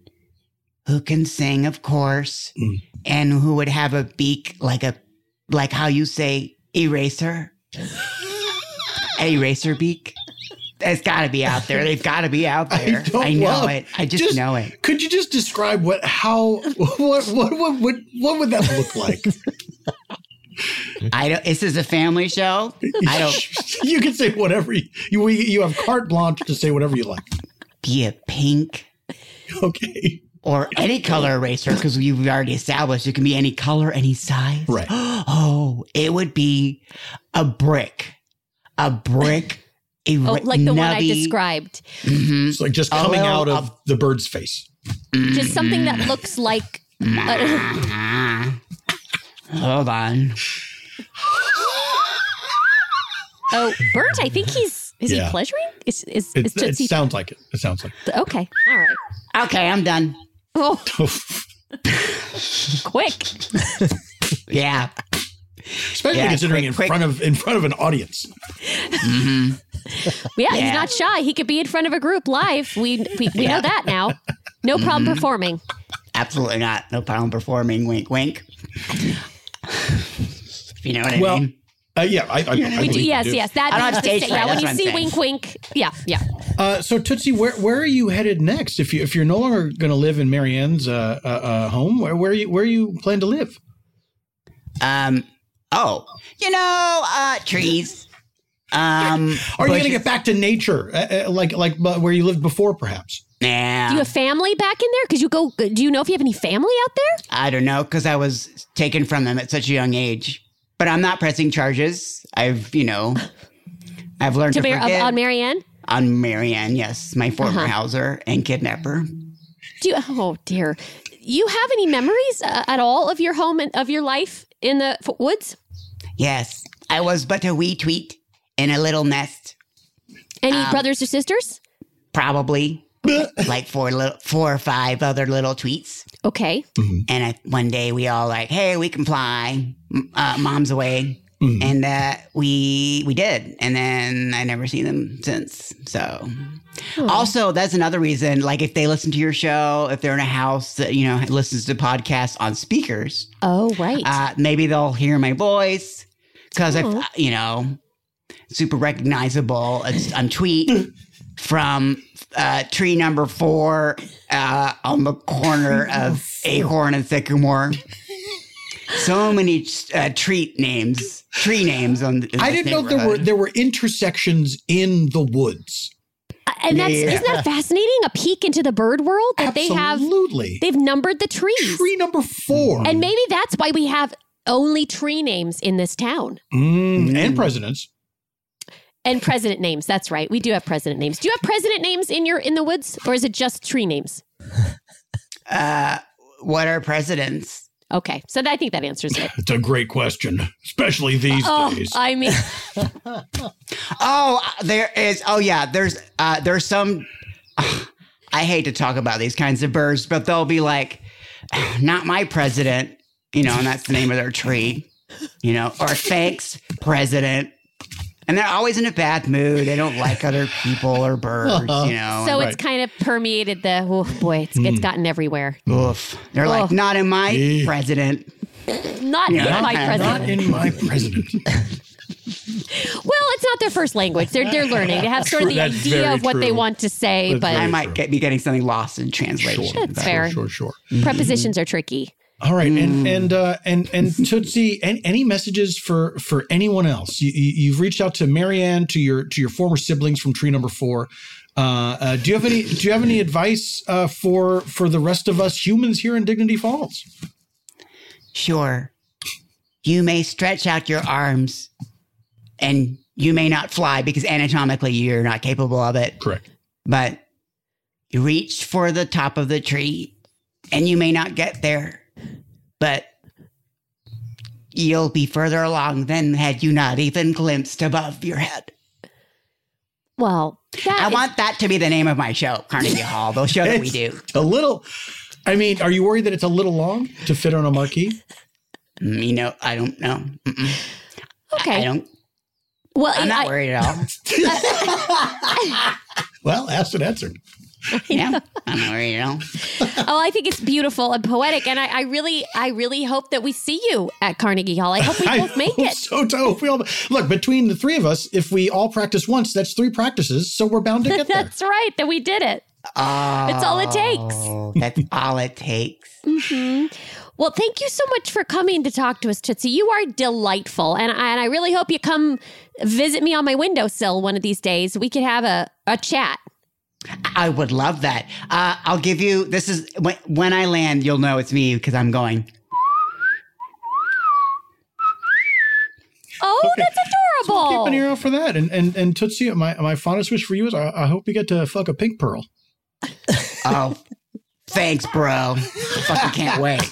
H: who can sing, of course,
C: Mm.
H: and who would have a beak like a like how you say eraser, an eraser beak. It's got to be out there. They've got to be out there. I,
C: don't
H: know
C: love-
H: it. I just,
C: just-
H: know it.
C: Could you just describe what how what what what what, what would that look like?
H: I don't. This is a family show. I don't
C: you can say whatever you, you you have carte blanche to say whatever you like.
H: be a pink
C: Okay,
H: or any color eraser because we've already established it can be any color, any size.
C: Right.
H: Oh, it would be a brick, a brick, a
E: Oh,
H: ri-
E: like the one I
H: nubby-
E: described.
H: Mhm.
C: it's like just
H: Oh,
C: coming
H: well,
C: out of
H: I'll-
C: the bird's face.
E: Just something that looks like. uh,
H: Hold on.
E: oh, Bert, I think he's. Is
C: Yeah.
E: he pleasuring? Is, is,
C: It,
E: is
C: it
E: Tootsie.
C: sounds like it. It sounds like.
E: okay. All right.
H: Okay, I'm done.
E: Oh,
C: It.
E: quick.
H: Yeah.
C: Especially
H: Yeah,
C: considering
H: quick,
C: in
H: quick.
C: front of in front of an audience.
E: Yeah,
H: Yeah.
E: he's not shy. He could be in front of a group live. We we, we know that now. No problem performing.
H: Absolutely not. No problem performing. Wink, wink. if you know what I
C: Well,
H: mean.
C: uh, yeah, I, I, I
E: We
C: believe
E: do,
C: you
E: yes,
C: do.
E: yes. That
H: I don't have
E: means
H: stage
E: to say-
H: fright,
E: yeah. When
H: that's
E: you
H: what I'm
E: see
H: saying.
E: wink, wink. Yeah, yeah.
C: Uh, so Tootsie, where where are you headed next? If you if you're no longer going to live in Marianne's uh, uh, uh, home, where where you where you plan to live?
H: Um. Oh, you know, uh, trees. Um.
C: Are you going to
H: bushes.
C: get back to nature, uh, uh, like like uh, where you lived before, perhaps?
H: Nah.
E: Do you have family back in there? Because you go. Do you know if you have any family out there?
H: I don't know, because I was taken from them at such a young age. But I'm not pressing charges. I've, you know, I've learned to,
E: To Mar- of-
H: forgive
E: on Marianne?
H: on Marianne, yes, my former
E: Uh-huh.
H: houser and kidnapper.
E: Do you, oh dear. You have any memories uh, at all of your home and of your life in the f- woods?
H: Yes, I was but a wee tweet in a little nest,
E: Any
H: Um,
E: brothers or sisters?
H: probably like four little, four or five other little tweets.
E: Okay.
H: And I, one day we all like, hey, we can fly. M- Uh, mom's away,
C: Mhm.
H: and uh, we we did. And then I never see them since. So also that's another reason. Like if they listen to your show, if they're in a house that you know listens to podcasts on speakers,
E: Oh right.
H: uh, maybe they'll hear my voice because
E: Oh.
H: I, uh, you know, super recognizable. It's, I'm tweet from uh, tree number four uh, on the corner of Acorn and Sycamore. So many uh, treat names, tree names on. th- In
C: I
H: this
C: didn't know there were
H: neighborhood.
C: there were intersections in the woods.
E: and that's
H: yeah.
E: isn't that fascinating? A peek into the bird world that they have.
C: Absolutely.
E: They've numbered the trees.
C: Tree number four
E: And maybe that's why we have only tree names in this town
C: Mm, and
H: Mm.
C: presidents.
E: and president names. That's right. We do have president names. Do you have president names in your in the woods or is it just tree names?
H: Uh, what are presidents?
E: Okay. So I think that answers it.
C: It's a great question, especially these
E: oh,
C: days.
E: I mean,
H: Oh, there is. Oh yeah, there's uh there's some. I hate to talk about these kinds of birds, but they'll be like, "Not my president," you know, and that's the name of their tree, you know, or "Thanks, president." And they're always in a bad mood. They don't like other people or birds, you know.
E: so
C: right. Hmm.
E: it's kind of permeated the oh boy, it's, it's gotten everywhere.
H: Oof. They're
E: Oh.
H: like, "Not in my
C: Eh.
H: president."
E: Not
H: Yeah.
E: my
H: Not-
E: president.
C: Not in my president.
E: well, it's not their first language. They're they're learning. They have sort of
C: True,
E: the
C: that's
E: idea
C: very
E: of what they
C: true.
E: want to say,
C: That's
H: I
E: but
C: very-
H: might get, be getting something lost in translation.
E: That's
H: but-
E: fair.
C: Sure, sure.
E: prepositions are tricky.
C: All right, and and uh, and and Tootsie, any, any messages for for anyone else? You, you, you've reached out to Marianne, to your to your former siblings from Tree Number Four. Uh, uh, do you have any Do you have any advice uh, for for the rest of us humans here in Dignity Falls?
H: Sure. You may stretch out your arms and you may not fly because anatomically you're not capable of it,
C: Correct.
H: but you reach for the top of the tree and you may not get there, but you'll be further along than had you not even glimpsed above your head.
E: Well, that
H: I
E: is-
H: want that to be the name of my show, Carnegie Hall, the show that we do.
C: A little. I mean, are you worried that it's a little long to fit on a marquee?
H: Mm, You know, I don't know. Mm-mm. I
E: okay.
H: don't,
E: well,
H: I'm not
E: I-
H: worried at all.
C: Well, asked and answered.
H: Yeah, I'm not worried at all.
E: Oh, I think it's beautiful and poetic, and I, I really, I really hope that we see you at Carnegie Hall. I hope we both make
C: hope
E: it.
C: So dope. We all, look between the three of us. If we all practice once, that's three practices. So we're bound to get there.
E: That's right, that we did it.
H: Oh,
E: It's all it takes.
H: That's all it takes.
E: hmm Well, thank you so much for coming to talk to us, Tootsie. You are delightful. And I, and I really hope you come visit me on my windowsill one of these days. We could have a, a chat.
H: I would love that. Uh, I'll give you this is when, when I land, you'll know it's me because I'm going.
E: Oh, that's
C: Keep an
E: adorable.
C: ear out for that. And and and Tootsie, my my fondest wish for you is I, I hope you get to fuck a pink pearl.
H: Oh, thanks, bro. Fucking can't wait.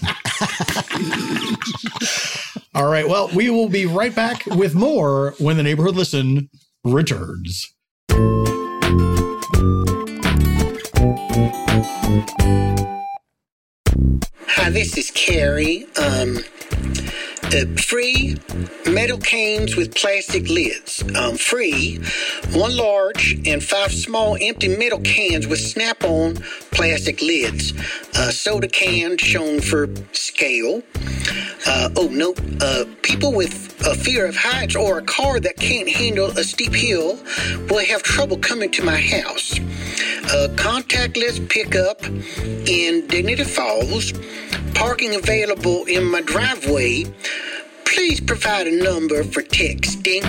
C: All right. Well, we will be right back with more when the neighborhood listen returns.
I: Hi, this is Carrie. Um, uh, free metal canes with plastic lids. Um, free one large and five small empty metal cans with snap on plastic lids. Uh, soda can shown for scale. Uh, oh, no. Uh, people with a fear of heights or a car that can't handle a steep hill will have trouble coming to my house. Uh, contactless pickup in Dignity Falls. Parking available in my driveway. Please provide a number for texting.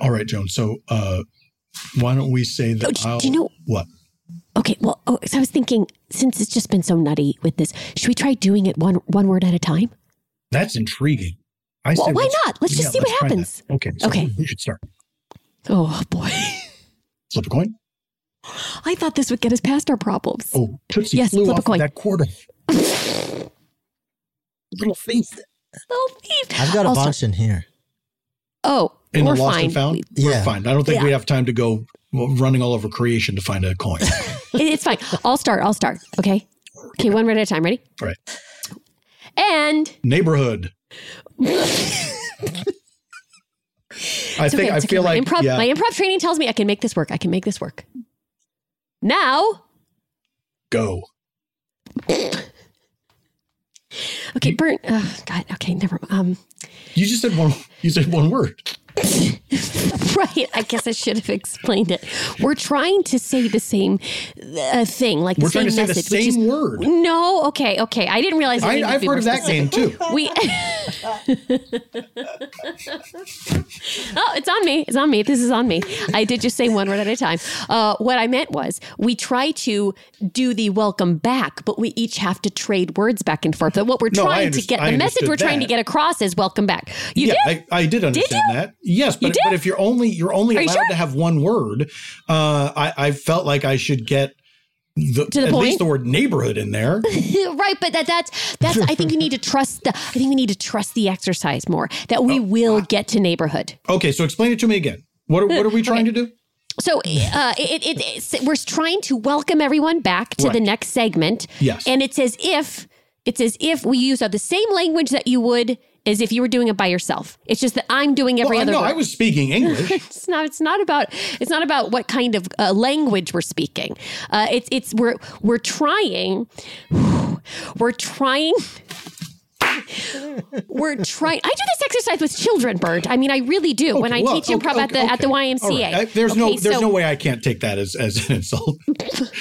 C: All right, Joan. So uh why don't we say that
E: Oh, do-
C: I'll,
E: do you know-
C: what?
E: Okay, well, oh, so I was thinking, since it's just been so nutty with this, should we try doing it one one word at a time?
C: That's intriguing. I
E: Well,
C: say
E: why
C: let's-
E: not? Let's just see what
C: try that.
E: happens.
C: Okay. so
E: Okay.
C: We should start.
E: Oh boy,
C: Flip a coin.
E: I thought this would get us past our problems.
C: Oh, Tootsie
E: Yes,
C: flew
E: flip a
C: off of
E: coin.
C: that quarter. Little thief.
E: Little thief.
F: I've got a
E: Also-
F: bunch in here.
E: Oh,
C: In
E: we're
C: the lost
E: fine.
C: and found? We're
F: Yeah.
C: fine. I don't think
E: Yeah.
C: we have time to go well, running all over creation to find a coin.
E: It- It's fine. I'll start. I'll start. Okay. Okay, one word at a time. Ready?
C: all right.
E: And
C: Neighborhood. I
E: It's
C: think
E: okay,
C: I
E: it's
C: feel
E: okay.
C: like
E: my improv,
C: yeah,
E: my improv training tells me I can make this work. I can make this work. Now,
C: go.
E: okay, burn. Oh, God. Okay, never. Um,
C: You just said one. You said one word.
E: right. I guess I should have explained it. We're trying to say the same uh, thing, like the
C: We're
E: same
C: trying to say the
E: message. which
C: same word.
E: is, no. Okay. Okay. I didn't realize. it
C: I,
E: needed to
C: I've
E: be
C: heard
E: more
C: of that
E: specific.
C: game too.
E: We. oh, it's on me. It's on me. This is on me. I did just say one word at a time. Uh, what I meant was we try to do the welcome back, but we each have to trade words back and forth. But what we're
C: No, I
E: trying to
C: underst-
E: get,
C: I
E: the message
C: understood
E: we're trying to
C: that.
E: get across is welcome back. You
C: yeah,
E: did?
C: I, I did understand that. Yes, but,
E: did?
C: but if you're only you're only
E: Are you
C: allowed
E: sure?
C: to have one word, uh, I, I felt like I should get the,
E: To the
C: at
E: point?
C: least the word neighborhood in there.
E: right, but that that's that's. I think we need to trust the. I think we need to trust the exercise more. That
C: Oh.
E: we will get to neighborhood.
C: Okay, so explain it to me again. What are, what are we trying to do?
E: So uh, it, it, it's, we're trying to welcome everyone back to the
C: Right.
E: next segment.
C: Yes.
E: and it's as if it's as if we use uh, the same language that you would as if you were doing it by yourself. It's just that I'm doing
C: Well,
E: every
C: I-
E: other.
C: no,
E: word.
C: I was speaking English.
E: It's not. It's not about. It's not about what kind of uh, language we're speaking. Uh, it's. It's. We're. We're trying. We're trying. We're trying. I do this exercise with children, Bert. I mean, I really do. when I
C: Okay, well,
E: teach improv
C: okay,
E: at the at the
C: okay.
E: YMCA,
C: All right. I- there's no
E: Okay,
C: there's
E: so-
C: no way I can't take that as, as an insult.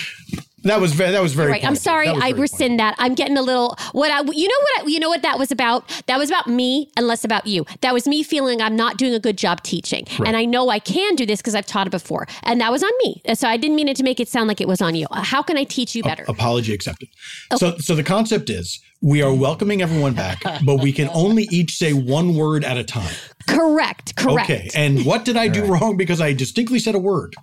C: that was very that was very.
E: Right. I'm
C: pointed.
E: sorry.
C: That was
E: I
C: very
E: rescind that. I'm getting a little what I you know what I, you know what that was about? That was about me and less about you. That was me feeling I'm not doing a good job teaching. And I know I can do this because I've taught it before. And that was on me. So I didn't mean it to make it sound like it was on you. Uh, How can I teach you better?
C: Apology accepted.
E: Oh.
C: So, so the concept is we are welcoming everyone back, but we can only each say one word at a time.
E: correct. Correct.
C: Okay. And what did I do wrong? Because I distinctly said a word.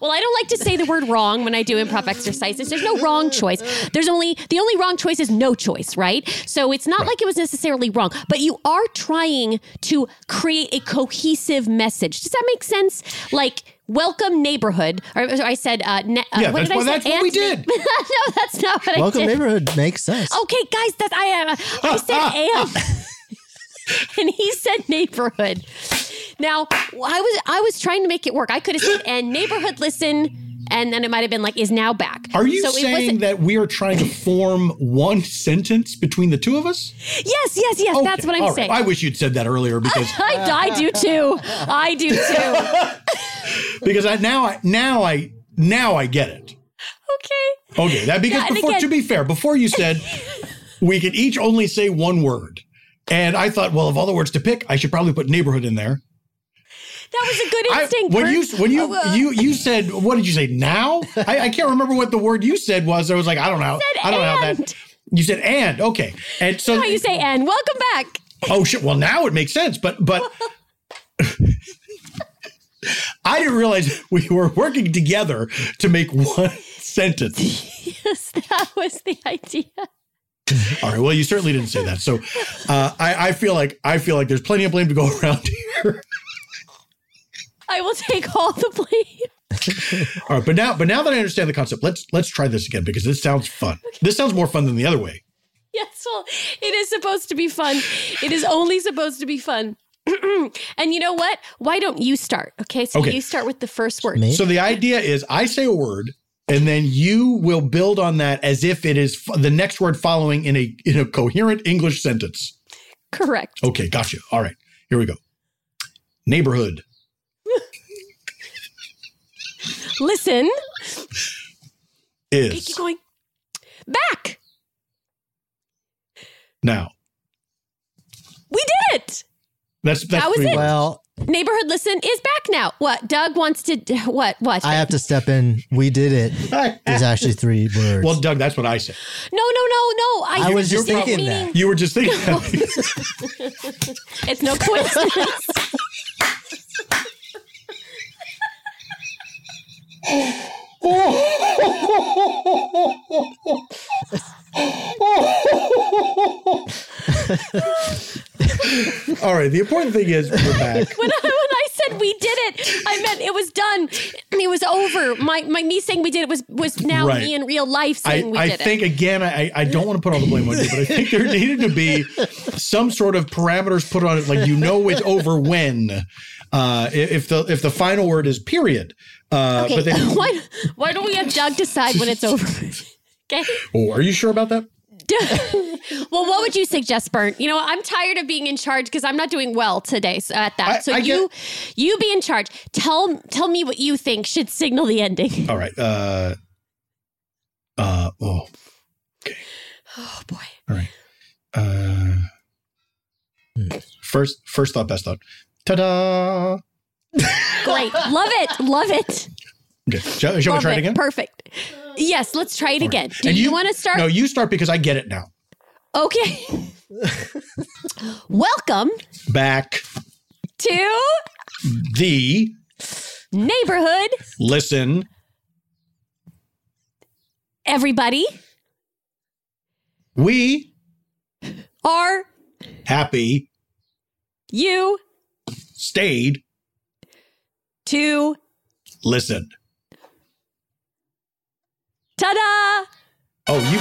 E: Well, I don't like to say the word wrong when I do improv exercises. There's no wrong choice. There's only the only wrong choice is no choice, right? So it's not like it was necessarily wrong, but you are trying to create a cohesive message. Does that make sense? Like welcome neighborhood, or or I said, uh, ne- uh,
C: Yeah,
E: what
C: that's,
E: did I
C: well,
E: say?
C: that's what we
E: Ants-
C: did.
E: no, that's not what
F: Welcome
E: I did. Oh,
F: neighborhood makes sense.
E: Okay, guys, that's I am. I said am, and he said neighborhood. Now I was I was trying to make it work. I could have said and neighborhood listen, and then it might have been like is now back.
C: Are you
E: So it
C: saying
E: wasn't-
C: that we are trying to form one sentence between the two of us?
E: Yes, yes, yes. that's
C: Okay,
E: what I'm
C: all right.
E: saying.
C: I wish you'd said that earlier because
E: I, I do too. I do too.
C: because I now I now I now I get it.
E: Okay.
C: Okay, that because
E: Yeah, and
C: before
E: again-
C: to be fair, before you said we could each only say one word. And I thought, well, of all the words to pick, I should probably put neighborhood in there.
E: That was a good
C: I-
E: instinct.
C: when you
E: Bert.
C: when you
E: Uh,
C: you you said what did you say now? I, I can't remember what the word you said was. I was like, I don't know.
E: said
C: I don't know how
E: and.
C: that. You said and okay, and so
E: how you say and welcome back.
C: oh shit. Well, now it makes sense, but but I didn't realize we were working together to make one sentence.
E: Yes, that was the idea.
C: All right. Well, you certainly didn't say that, so uh, I, I feel like I feel like there's plenty of blame to go around here.
E: I will take all the blame.
C: All right, but now but now that I understand the concept, let's let's try this again because this sounds fun. This sounds more fun than the other way.
E: Yes, well, it is supposed to be fun. It is only supposed to be fun. and you know what? Why don't you start? Okay, so
C: Okay.
E: you start with the first word.
F: Me?
C: So the idea is I say a word and then you will build on that as if it is f- the next word following in a in a coherent English sentence.
E: Correct.
C: Okay, gotcha. All right. Here we go. Neighborhood.
E: Listen, keep
C: Is
E: going. Back.
C: now.
E: We did it.
C: That's that's
E: That was
C: three
E: it.
C: words.
F: Well,
E: Neighborhood Listen is back now. What? Doug wants to. What? What?
F: I have to step in. We did it. There's actually three words.
C: well, Doug, that's what I said.
E: no, no, no, no. I,
F: I was
E: you're
F: just thinking
E: meaning-
C: You were just thinking. that.
E: It's no coincidence.
C: All right. The important thing is we're back.
E: when, I, when I said we did it, I meant it was done. It was over. My my me saying we did it was was now
C: Right.
E: me in real life
C: I,
E: saying we
C: I
E: did
C: think
E: it.
C: again, I, I don't want to put all the blame on you, but I think there needed to be some sort of parameters put on it, like you know it's over when, uh, i- if the if the final word is period. Uh, But then,
E: why why don't we have Doug decide when it's over? okay.
C: oh, are you sure about that?
E: well, what would you suggest, Bernd? You know, what? I'm tired of being in charge because I'm not doing well today so, at that.
C: I-
E: so
C: I
E: you you be in charge. Tell tell me what you think should signal the ending.
C: All right. Uh, uh, oh,
E: Oh boy.
C: all right. Uh, first, first thought, best thought. Ta da!
E: Great. love it. Love it.
C: Okay, shall, shall we
E: Love
C: try it again?
E: Perfect. Yes, let's try it again. Do
C: And
E: you, want to start?
C: No, you start because I get it now.
E: Okay. Welcome
C: Back
E: to
C: the
E: neighborhood,
C: listen.
E: everybody.
C: We
E: Are
C: happy
E: you
C: stayed,
E: to
C: listened.
E: ta
C: Oh, you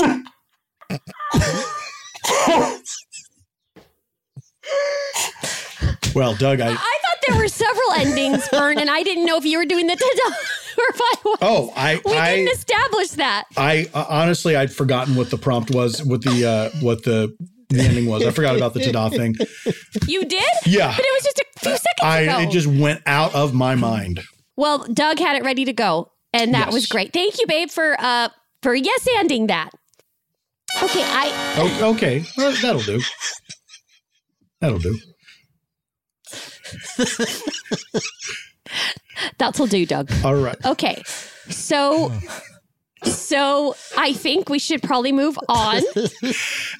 C: finished. well, Doug, I.
E: da? I thought there were several endings, Vern, and I didn't know if you were doing the ta da or if I was.
C: Oh, I.
E: we
C: I,
E: didn't establish that.
C: I uh, honestly, I'd forgotten what the prompt was, what the uh, what the, the ending was. I forgot about the ta-da thing.
E: You did?
C: Yeah.
E: But it was just a few seconds ago.
C: I it just went out of my mind.
E: well, Doug had it ready to go, and that
C: Yes.
E: was great. Thank you, babe, for uh for yes ending that. Okay, I
C: Oh, okay, Well, that'll do. That'll do.
E: that'll do, Doug.
C: All right.
E: Okay. So so I think we should probably move on.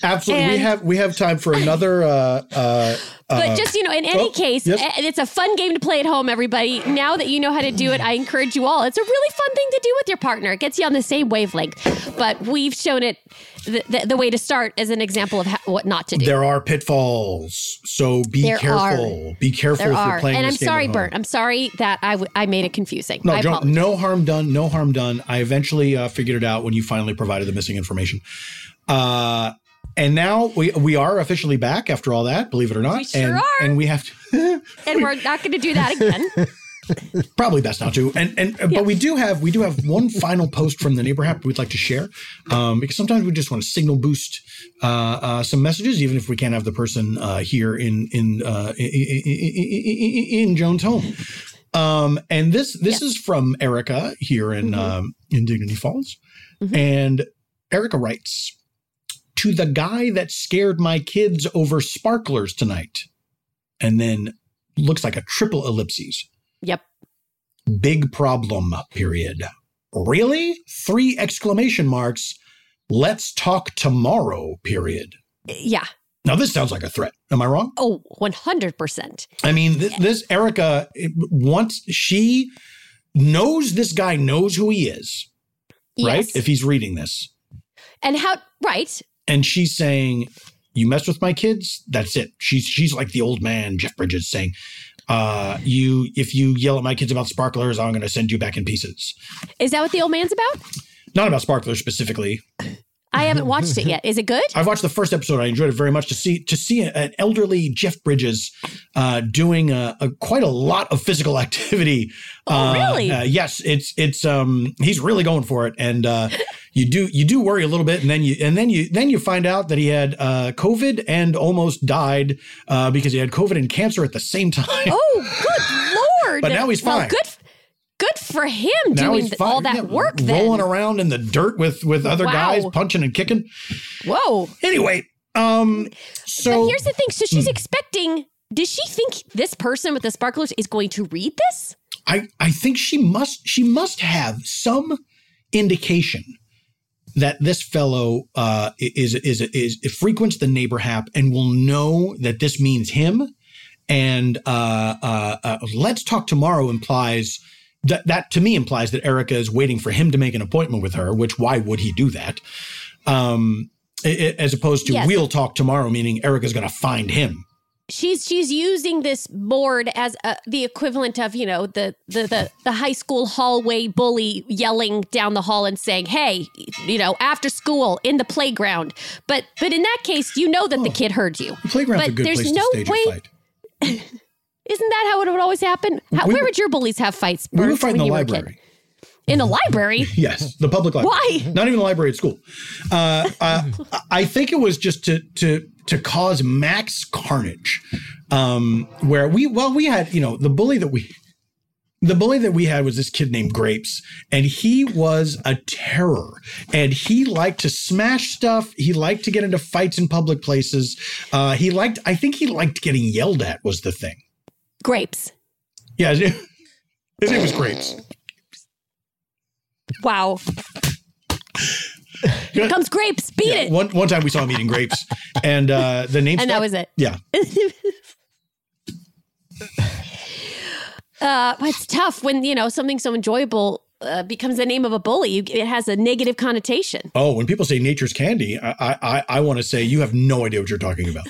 C: Absolutely. we
E: And-
C: have we have time for another uh uh
E: But just, you know, in any
C: oh,
E: case,
C: yes.
E: a- it's a fun game to play at home, everybody. Now that you know how to do it, I encourage you all. It's a really fun thing to do with your partner. It gets you on the same wavelength. But we've shown it the, the, the way to start as an example of how, what not to do.
C: There are pitfalls, so be
E: There
C: careful. Be careful
E: There
C: if you're
E: are.
C: playing
E: And I'm
C: this game
E: sorry,
C: at home.
E: Bert. I'm sorry that I, w- I made it confusing.
C: No,
E: I
C: John,
E: apologize.
C: no harm done. No harm done. I eventually uh, figured it out when you finally provided the missing information. Uh, and now we we are officially back after all that, believe it or not.
E: We sure
C: and,
E: are.
C: and we have to
E: And we're not going to do that again.
C: probably best not to. And and but we do have we do have one final post from the neighbor app we'd like to share um, because sometimes we just want to signal boost uh, uh, some messages, even if we can't have the person uh, here in in uh, in, in Joan's home. Um, and this this is from Erica here in um, in Dignity Falls,
E: Mhm.
C: and Erica writes to the guy that scared my kids over sparklers tonight, and then looks like a triple ellipses.
E: Yep.
C: Big problem. Period. Really? Three exclamation marks. Let's talk tomorrow. Period.
E: Yeah.
C: Now this sounds like a threat. Am I wrong?
E: Oh, 100%.
C: I mean, th- this Erica it- once she knows this guy knows who he is, right?
E: Yes.
C: If he's reading this,
E: and how, right.
C: and she's saying, "You mess with my kids, that's it." She's she's like the old man Jeff Bridges saying, uh, "You if you yell at my kids about sparklers, I'm going to send you back in pieces."
E: Is that what the old man's about?
C: Not about sparklers specifically.
E: I haven't watched it yet. Is it good?
C: I've watched the first episode. I enjoyed it very much. To see to see an elderly Jeff Bridges uh, doing a, a- quite a lot of physical activity.
E: Oh, really?
C: Uh, yes, it's it's um he's really going for it, and uh, you do you do worry a little bit, and then you and then you then you find out that he had uh, COVID and almost died uh, because he had COVID and cancer at the same time.
E: Oh, good lord!
C: But now he's
E: Well,
C: fine.
E: good, good for him
C: Now
E: doing
C: he's
E: th-
C: fine.
E: all that
C: Yeah,
E: work.
C: rolling
E: Then,
C: around in the dirt with with other
E: Wow.
C: guys, punching and kicking.
E: whoa.
C: Anyway, um, so hmm.
E: but here's the thing. So she's expecting. Does she think this person with the sparklers is going to read this?
C: I I think she must she must have some indication that this fellow uh, i- is is is, is frequents the neighbor hap and will know that this means him. And uh, uh, uh, let's talk tomorrow implies that that to me implies that Erica is waiting for him to make an appointment with her. Which why would he do that? Um, i- i- as opposed to
E: Yes.
C: we'll talk tomorrow, meaning Erica's going to find him.
E: She's she's using this board as uh the equivalent of you know the, the the the high school hallway bully yelling down the hall and saying, "Hey, you know, after school in the playground." But but in that case, you know that
C: Oh.
E: the kid heard you.
C: The playground's a
E: But
C: good
E: there's
C: place
E: no
C: to stage
E: way-
C: a fight.
E: Isn't that how it would always happen? How,
C: We
E: where
C: were-
E: would your bullies have fights?
C: We were
E: Bert,
C: fighting
E: when
C: the
E: you were a kid?
C: library.
E: In a library?
C: Yes, the public library.
E: Why?
C: Not even the library at school. Uh, uh, I think it was just to to to cause max carnage. Um, where we well we had you know the bully that we the bully that we had was this kid named Grapes, and he was a terror. And he liked to smash stuff. He liked to get into fights in public places. Uh, he liked I think he liked getting yelled at was the thing.
E: Grapes.
C: Yeah, his name- his name was Grapes.
E: Wow. Here comes grapes. Beat
C: Yeah,
E: it.
C: One one time we saw him eating grapes, and uh, the name
E: and
C: stuck.
E: that was it.
C: Yeah.
E: Uh, but it's tough when, you know, something so enjoyable uh, becomes the name of a bully. You, it has a negative connotation.
C: Oh, when people say nature's candy, I I, I, I want to say you have no idea what you're talking about.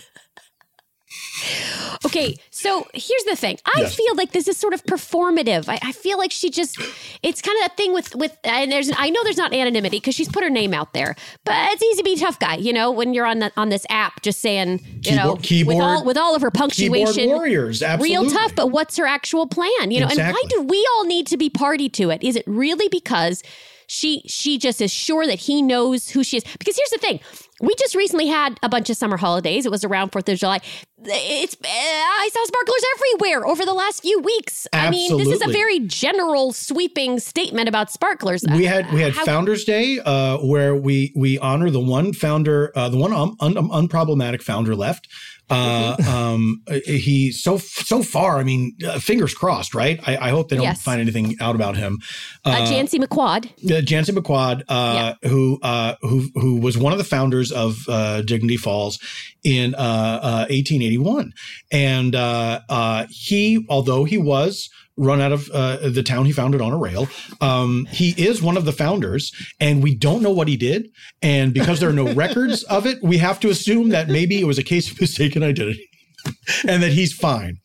E: Okay, so here's the thing. I
C: Yes.
E: feel like this is sort of performative. I, I feel like she just, it's kind of that thing with with, and there's, I know there's not anonymity because she's put her name out there, but it's easy to be a tough guy, you know, when you're on the, on this app, just saying, you know,
C: Keyboard- keyboard-
E: with all with all of her
C: Keyboard
E: punctuation,
C: warriors, absolutely.
E: real tough. But what's her actual plan, you know?
C: Exactly.
E: And why do we all need to be party to it? Is it really because she she just is sure that he knows who she is? Because here's the thing. We just recently had a bunch of summer holidays. It was around 4th of July. It's eh, I saw sparklers everywhere over the last few weeks. I mean, this is a
C: Absolutely.
E: very general sweeping statement about sparklers. Uh,
C: we had we had
E: How-
C: Founders Day uh, where we we honor the one founder, uh, the one um, un, um, unproblematic founder left. Uh, um, uh, he so so far, I mean, uh, fingers crossed, right? I, I hope they don't
E: Yes.
C: find anything out about him.
E: uh, Jancy McQuad.
C: uh, Jansen McQuad, uh, who uh, who who was one of the founders of uh, Dignity Falls in uh, uh, 1881, and uh, uh, he, although he was run out of uh, the town he founded on a rail, um, he is one of the founders, and we don't know what he did, and because there are no records of it, we have to assume that maybe it was a case of mistaken identity, and that he's fine.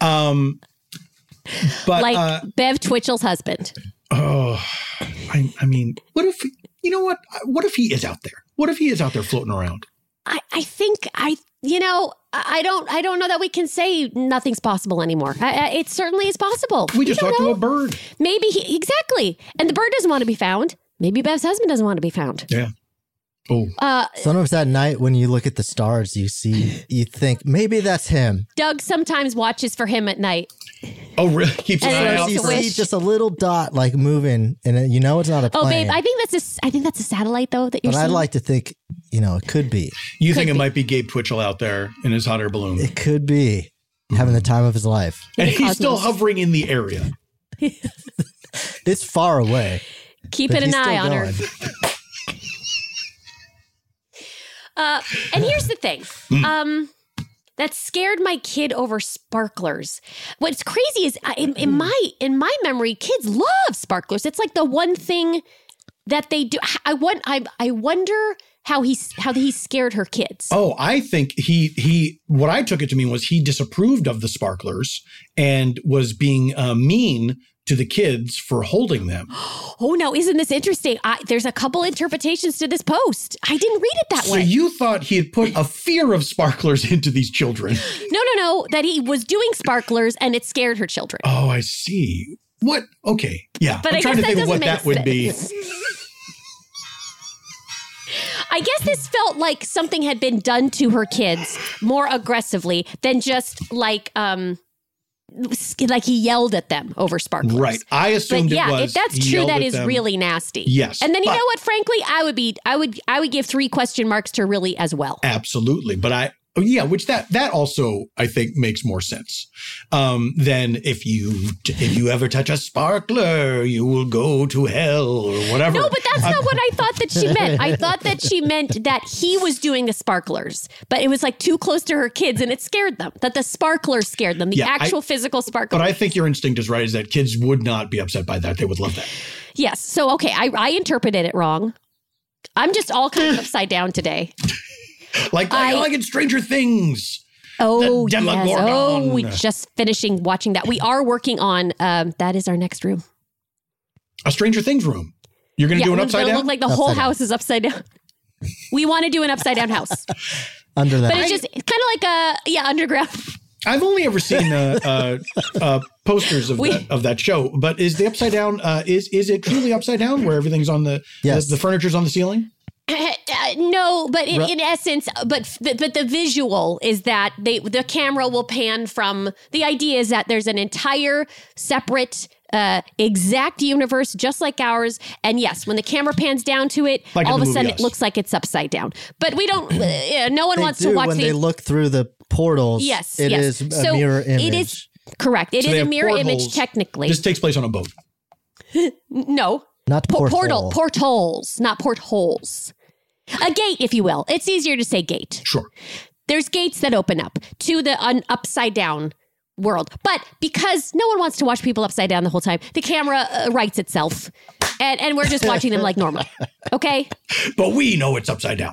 C: Um, but
E: like
C: uh,
E: Bev Twitchell's husband.
C: Oh, I, I mean, what if you know what? What if he is out there? What if he is out there floating around?
E: I, I think I you know I I don't I don't know that we can say nothing's possible anymore. I, I, it certainly is possible.
C: We just
E: don't
C: talked to
E: know.
C: a bird.
E: Maybe he, exactly, and the bird doesn't want to be found. Maybe Bev's husband doesn't want to be found.
C: Yeah. Oh,
E: Uh,
F: Sometimes at night when you look at the stars, you see, you think maybe that's him.
E: Doug sometimes watches for him at night.
C: oh, really? Keeps an
E: And
C: eye
E: it's
C: out
F: You
E: a
C: for
E: wish.
F: see just a little dot like moving, and it- you know it's not a
E: Oh,
F: plane.
E: babe, I think that's a, I think that's a satellite though that you're
F: but I'd
E: seeing.
F: like to think, you know, it could be.
C: You think
E: Could
C: it
E: be.
C: might be Gabe Twitchell out there in his hot air balloon,
F: It could be having the time of his life.
C: and he's still
E: Cosmos.
C: hovering in the area.
F: It's far away. but
E: keeping an
F: he's still
E: eye on her.
F: going.
E: Uh, and here's the thing.
C: Mm.
E: Um, that scared my kid over sparklers. What's crazy is I- in,
C: Mm.
E: in my in my memory, kids love sparklers. It's like the one thing that they do. I want. I I wonder how he how he scared her kids.
C: Oh, I think he he. What I took it to mean was he disapproved of the sparklers and was being uh, mean to the kids for holding them.
E: Oh no, isn't this interesting? I, there's a couple interpretations to this post. I didn't read it that
C: So
E: way.
C: you thought he had put a fear of sparklers into these children?
E: no, no, no. That he was doing sparklers and it scared her children.
C: Oh, I see. What? Okay, yeah.
E: But
C: I'm
E: I
C: trying to
E: guess that
C: think of what that
E: doesn't
C: would
E: make
C: be.
E: I guess this felt like something had been done to her kids more aggressively than just like um sk- like he yelled at them over sparklers.
C: Right. I
E: But
C: assumed
E: yeah,
C: it was.
E: if that's
C: he
E: true,
C: yelled
E: that
C: at
E: is
C: them.
E: really nasty.
C: Yes,
E: And then you
C: but-
E: know what? Frankly, I would be, I would, I would give three question marks to really as well.
C: absolutely but i oh, yeah which that that also i think makes more sense um than if you if you ever touch a sparkler you will go to hell or whatever
E: No, but that's
C: I'm-
E: not what I thought that she meant. I thought that she meant that he was doing the sparklers, but it was like too close to her kids and it scared them. That the sparkler scared them, the
C: Yeah, I-
E: actual physical sparkler.
C: but i think your instinct is right is that kids would not be upset by that they would love that
E: yes. So, okay, I, I interpreted it wrong. I'm just all kind of upside down today.
C: like like,
E: I-
C: like in stranger things
E: Oh, yes.
C: Demogorgon.
E: Oh, we just finishing watching that. We are working on um, that is our next room.
C: a stranger things room you're gonna do an
E: we're
C: upside
E: gonna
C: down
E: Look like the whole
F: Upside down.
E: house is upside down. We want to do an upside down house,
F: Under that.
E: but it's just kind of like a yeah underground.
C: i've only ever seen uh, uh, uh, posters of,
E: We-
C: that, of that show but is the upside down uh, is is it truly upside down where everything's on the
F: Yes.
C: the, the furniture's on the ceiling
E: Uh, no, but in,
F: Ru-
E: in essence, but f- but but the visual is that they the camera will pan from the idea is that there's an entire separate uh exact universe just like ours and yes when the camera pans down to it
C: Like in
E: all
C: the
E: of a
C: movie
E: sudden it
C: Us.
E: looks like it's upside down but we don't uh, yeah, no one
F: they
E: wants
F: do
E: to watch
F: when
E: the
F: they look through the portals.
E: Yes,
F: it is
E: yes.
F: a
E: So
F: mirror image.
E: it is- correct It is
C: So they
E: a
C: have
E: mirror image
C: portholes.
E: technically
C: this takes place on a boat
E: N- no
F: not
E: Po-
F: portal.
E: portal portals not portholes a gate if you will it's easier to say gate
C: Sure.
E: there's gates that open up to the un- upside down world. But because no one wants to watch people upside down the whole time, the camera uh, writes itself. And, and we're just watching them like normal. Okay?
C: But we know it's upside down.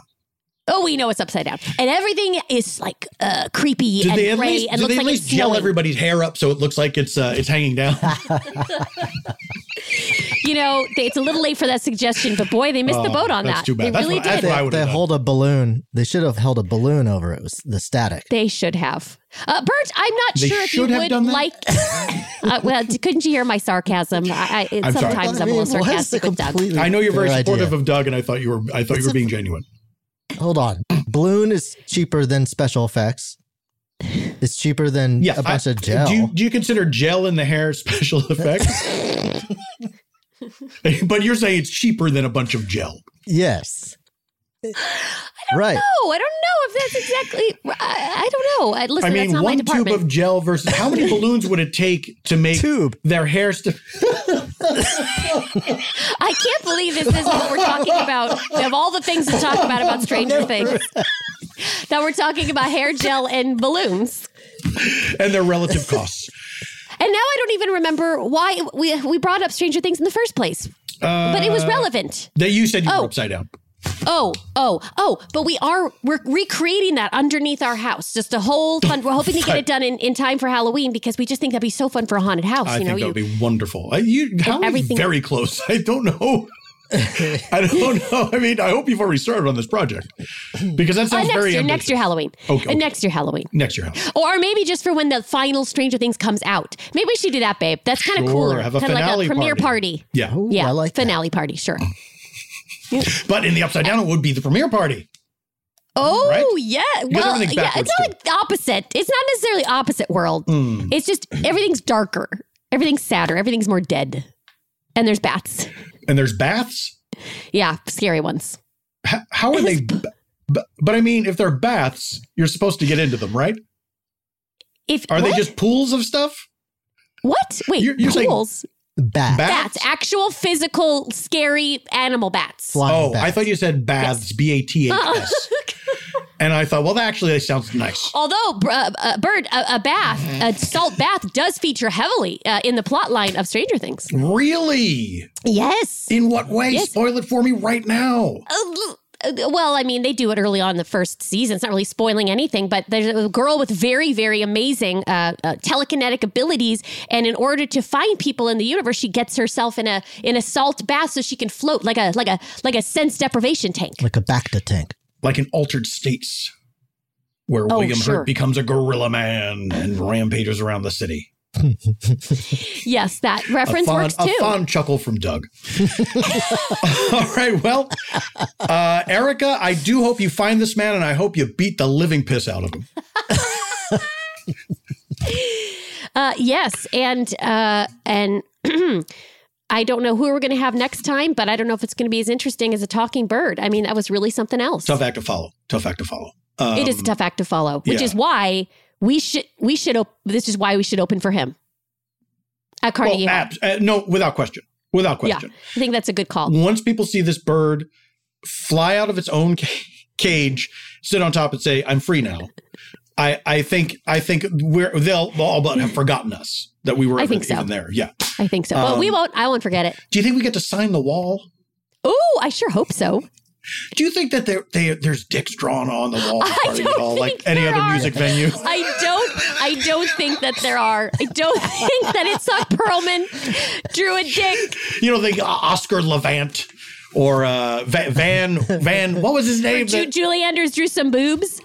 E: Oh, we know it's upside down. And everything is like uh, creepy
C: Did
E: and
C: they at
E: gray
C: least,
E: and
C: did
E: looks
C: they at
E: like
C: least
E: it's
C: gel
E: snowing.
C: everybody's hair up so it looks like it's uh, it's hanging down?
E: You know, they, it's a little late for that suggestion, but boy, they missed the
C: Oh,
E: boat on
C: that's
E: that.
C: too bad.
E: They
C: That's
E: really
C: what I
E: did.
F: They,
C: would've
F: they
C: done.
F: hold a balloon. They should have held a balloon over it. It was the static.
E: They should have. Uh, Bert, I'm not
C: They
E: sure if you
C: should have
E: would
C: done that?
E: like. uh, well, d- couldn't you hear my sarcasm? I, I, it,
C: I'm sorry.
E: sometimes I'm a little
F: Why is it
E: sarcastic with Doug.
F: completely
C: I know you're very
F: fair idea?
C: supportive of Doug, and I thought you were I thought you were being genuine.
F: Hold on. Balloon is cheaper than special effects. It's cheaper than
C: Yeah,
F: a bunch
C: I-
F: of gel.
C: Do you, do you consider gel in the hair special effects? but you're saying it's cheaper than a bunch of gel.
F: yes. right.
E: No, I don't know if that's exactly. I, I don't know. I, listen,
C: I
E: that's
C: mean,
E: not my
C: one tube
E: department.
C: of gel versus how many balloons would it take to make
F: Tube.
C: their hair? St-
E: I can't believe this is what we're talking about. Of all the things to talk about about Stranger Things, that we're talking about hair gel and balloons.
C: and their relative costs.
E: And now I don't even remember why we we brought up Stranger Things in the first place. but it was
C: Uh.
E: relevant.
C: That you said you
E: Oh.
C: were upside down.
E: Oh, oh, oh! But we are we're recreating that underneath our house. Just a whole fun. We're hoping to get it done in, in time for Halloween because we just think that'd be so fun for a haunted house.
C: I
E: you know,
C: think that
E: you
C: would be wonderful. I, you, how
E: everything-
C: very close. I don't know. I don't know. I mean, I hope you've already started on this project because that
E: Uh,
C: sounds
E: next
C: very
E: year,
C: ambitious.
E: next year Halloween.
C: Okay,
E: Uh,
C: okay.
E: Next year Halloween.
C: Next year, Halloween.
E: Or maybe just for when the final Stranger Things comes out. Maybe we should do that, babe. That's kind of
C: Sure,
E: cooler.
C: have a
E: kind of like
C: finale
E: a premiere party.
C: Yeah.
F: Ooh,
E: Yeah,
F: I like that.
E: finale party. Sure.
C: But in the Upside Down, it would be the premiere party.
E: Oh
C: Right?
E: yeah.
C: got
E: Well,
C: everything
E: yeah.
C: backwards,
E: It's not like the opposite. It's not necessarily opposite world.
C: Hmm.
E: It's just everything's darker. Everything's sadder. Everything's more dead. And there's bats.
C: And there's baths.
E: Yeah, scary ones.
C: H- how are they? b- b- but I mean, if they're baths, you're supposed to get into them, right?
E: If
C: Are
E: what?
C: they just pools of stuff?
E: what? Wait,
C: You're- you're saying
E: pools.
C: Bat-
F: Bat.
E: Bats.
C: bats?
E: Actual physical scary animal bats.
F: Flying
C: Oh,
F: bat.
C: I thought you said baths, B A T H S. And I thought, well, that actually that sounds nice.
E: Although, br- uh, uh, Bird, a, a bath,
C: Mm-hmm.
E: a salt bath does feature heavily uh, in the plot line of Stranger Things.
C: Really?
E: Yes.
C: In what way?
E: Yes.
C: Spoil it for me right now.
E: Uh, well, I mean, they do it early on in the first season. It's not really spoiling anything, but there's a girl with very, very amazing uh, uh, telekinetic abilities, and in order to find people in the universe, she gets herself in a in a salt bath so she can float like a like a like a sense deprivation tank.
F: like a Bacta tank.
C: Like in Altered States, where
E: Oh,
C: William
E: sure.
C: Hurt becomes a gorilla man and rampages around the city.
E: Yes, that reference
C: a fond,
E: works
C: a
E: too.
C: fond chuckle from Doug. All right. Well, uh, Erica, I do hope you find this man and I hope you beat the living piss out of him.
E: Uh, yes, and uh, and I don't know who we're going to have next time, but I don't know if it's going to be as interesting as a talking bird. I mean, that was really something else.
C: Tough act to follow. Tough act to follow. Um,
E: it is a tough act to follow, which
C: yeah.
E: is why we should we should op- this is why we should open for him at Carnegie
C: well,
E: Hall.
C: abs- uh, no, without question. Without
E: Yeah,
C: question.
E: I think that's a good call.
C: Once people see this bird fly out of its own ca- cage, sit on top and say, "I'm free now," I, I think I think we're they'll all but have forgotten us that we were
E: I
C: even,
E: think so.
C: even there. Yeah.
E: I think so, but we
C: Um,
E: won't. I won't forget it.
C: Do you think we get to sign the wall?
E: Oh, I sure hope so.
C: Do you think that there they, there's dicks drawn on the wall
E: I
C: party
E: don't
C: at all, like
E: think
C: any
E: there
C: other
E: are.
C: music venue?
E: I don't. I don't think that there are. I don't think that it's not Perlman drew a dick.
C: You know, the uh, Oscar Levant or uh, Va- Van Van. What was his name?
E: Ju-
C: The-
E: Julie Andrews drew some boobs.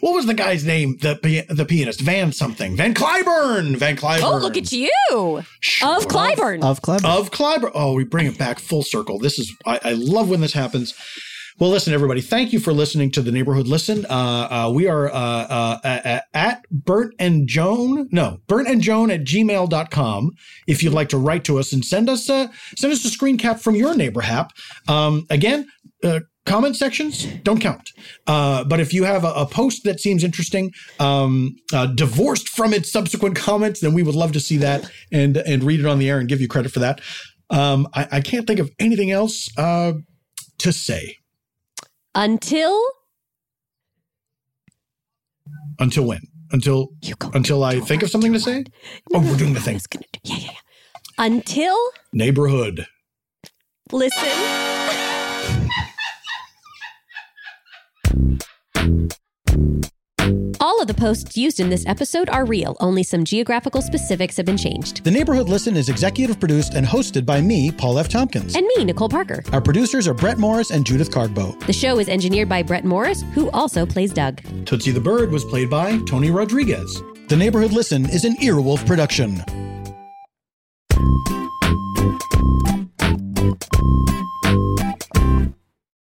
C: what was the guy's name? The pi- the pianist Van something Van Cliburn. Van Cliburn.
E: Oh, look at you.
C: Sure.
E: Of Clyburn.
F: Of club.
C: Of Clyburn. Oh, we bring it back full circle. This is I, I love when this happens. Well, listen, everybody. Thank you for listening to the neighborhood. Listen, uh, uh, we are uh, uh, uh, at Bert and Joan. No, Bert and Joan at gmail.com. If you'd like to write to us and send us a send us a screen cap from your neighbor hap. Um, again, uh, comment sections don't count. Uh, but if you have a, a post that seems interesting, um, uh, divorced from its subsequent comments, then we would love to see that and and read it on the air and give you credit for that. Um, I, I can't think of anything else uh, to say.
E: Until
C: Until when? Until
E: you go.
C: until I think of something to say. Oh, we're doing the
E: I
C: thing.
E: was gonna do. Yeah, yeah, yeah. Until
C: Neighborhood.
E: listen. All of the posts used in this episode are real. Only some geographical specifics have been changed.
J: The Neighborhood Listen is executive produced and hosted by me, Paul F. Tompkins.
E: And me, Nicole Parker.
J: Our producers are Brett Morris and Judith Cardbow.
E: The show is engineered by Brett Morris, who also plays Doug.
C: Tootsie the Bird was played by Tony Rodriguez.
J: The Neighborhood Listen is an Earwolf production.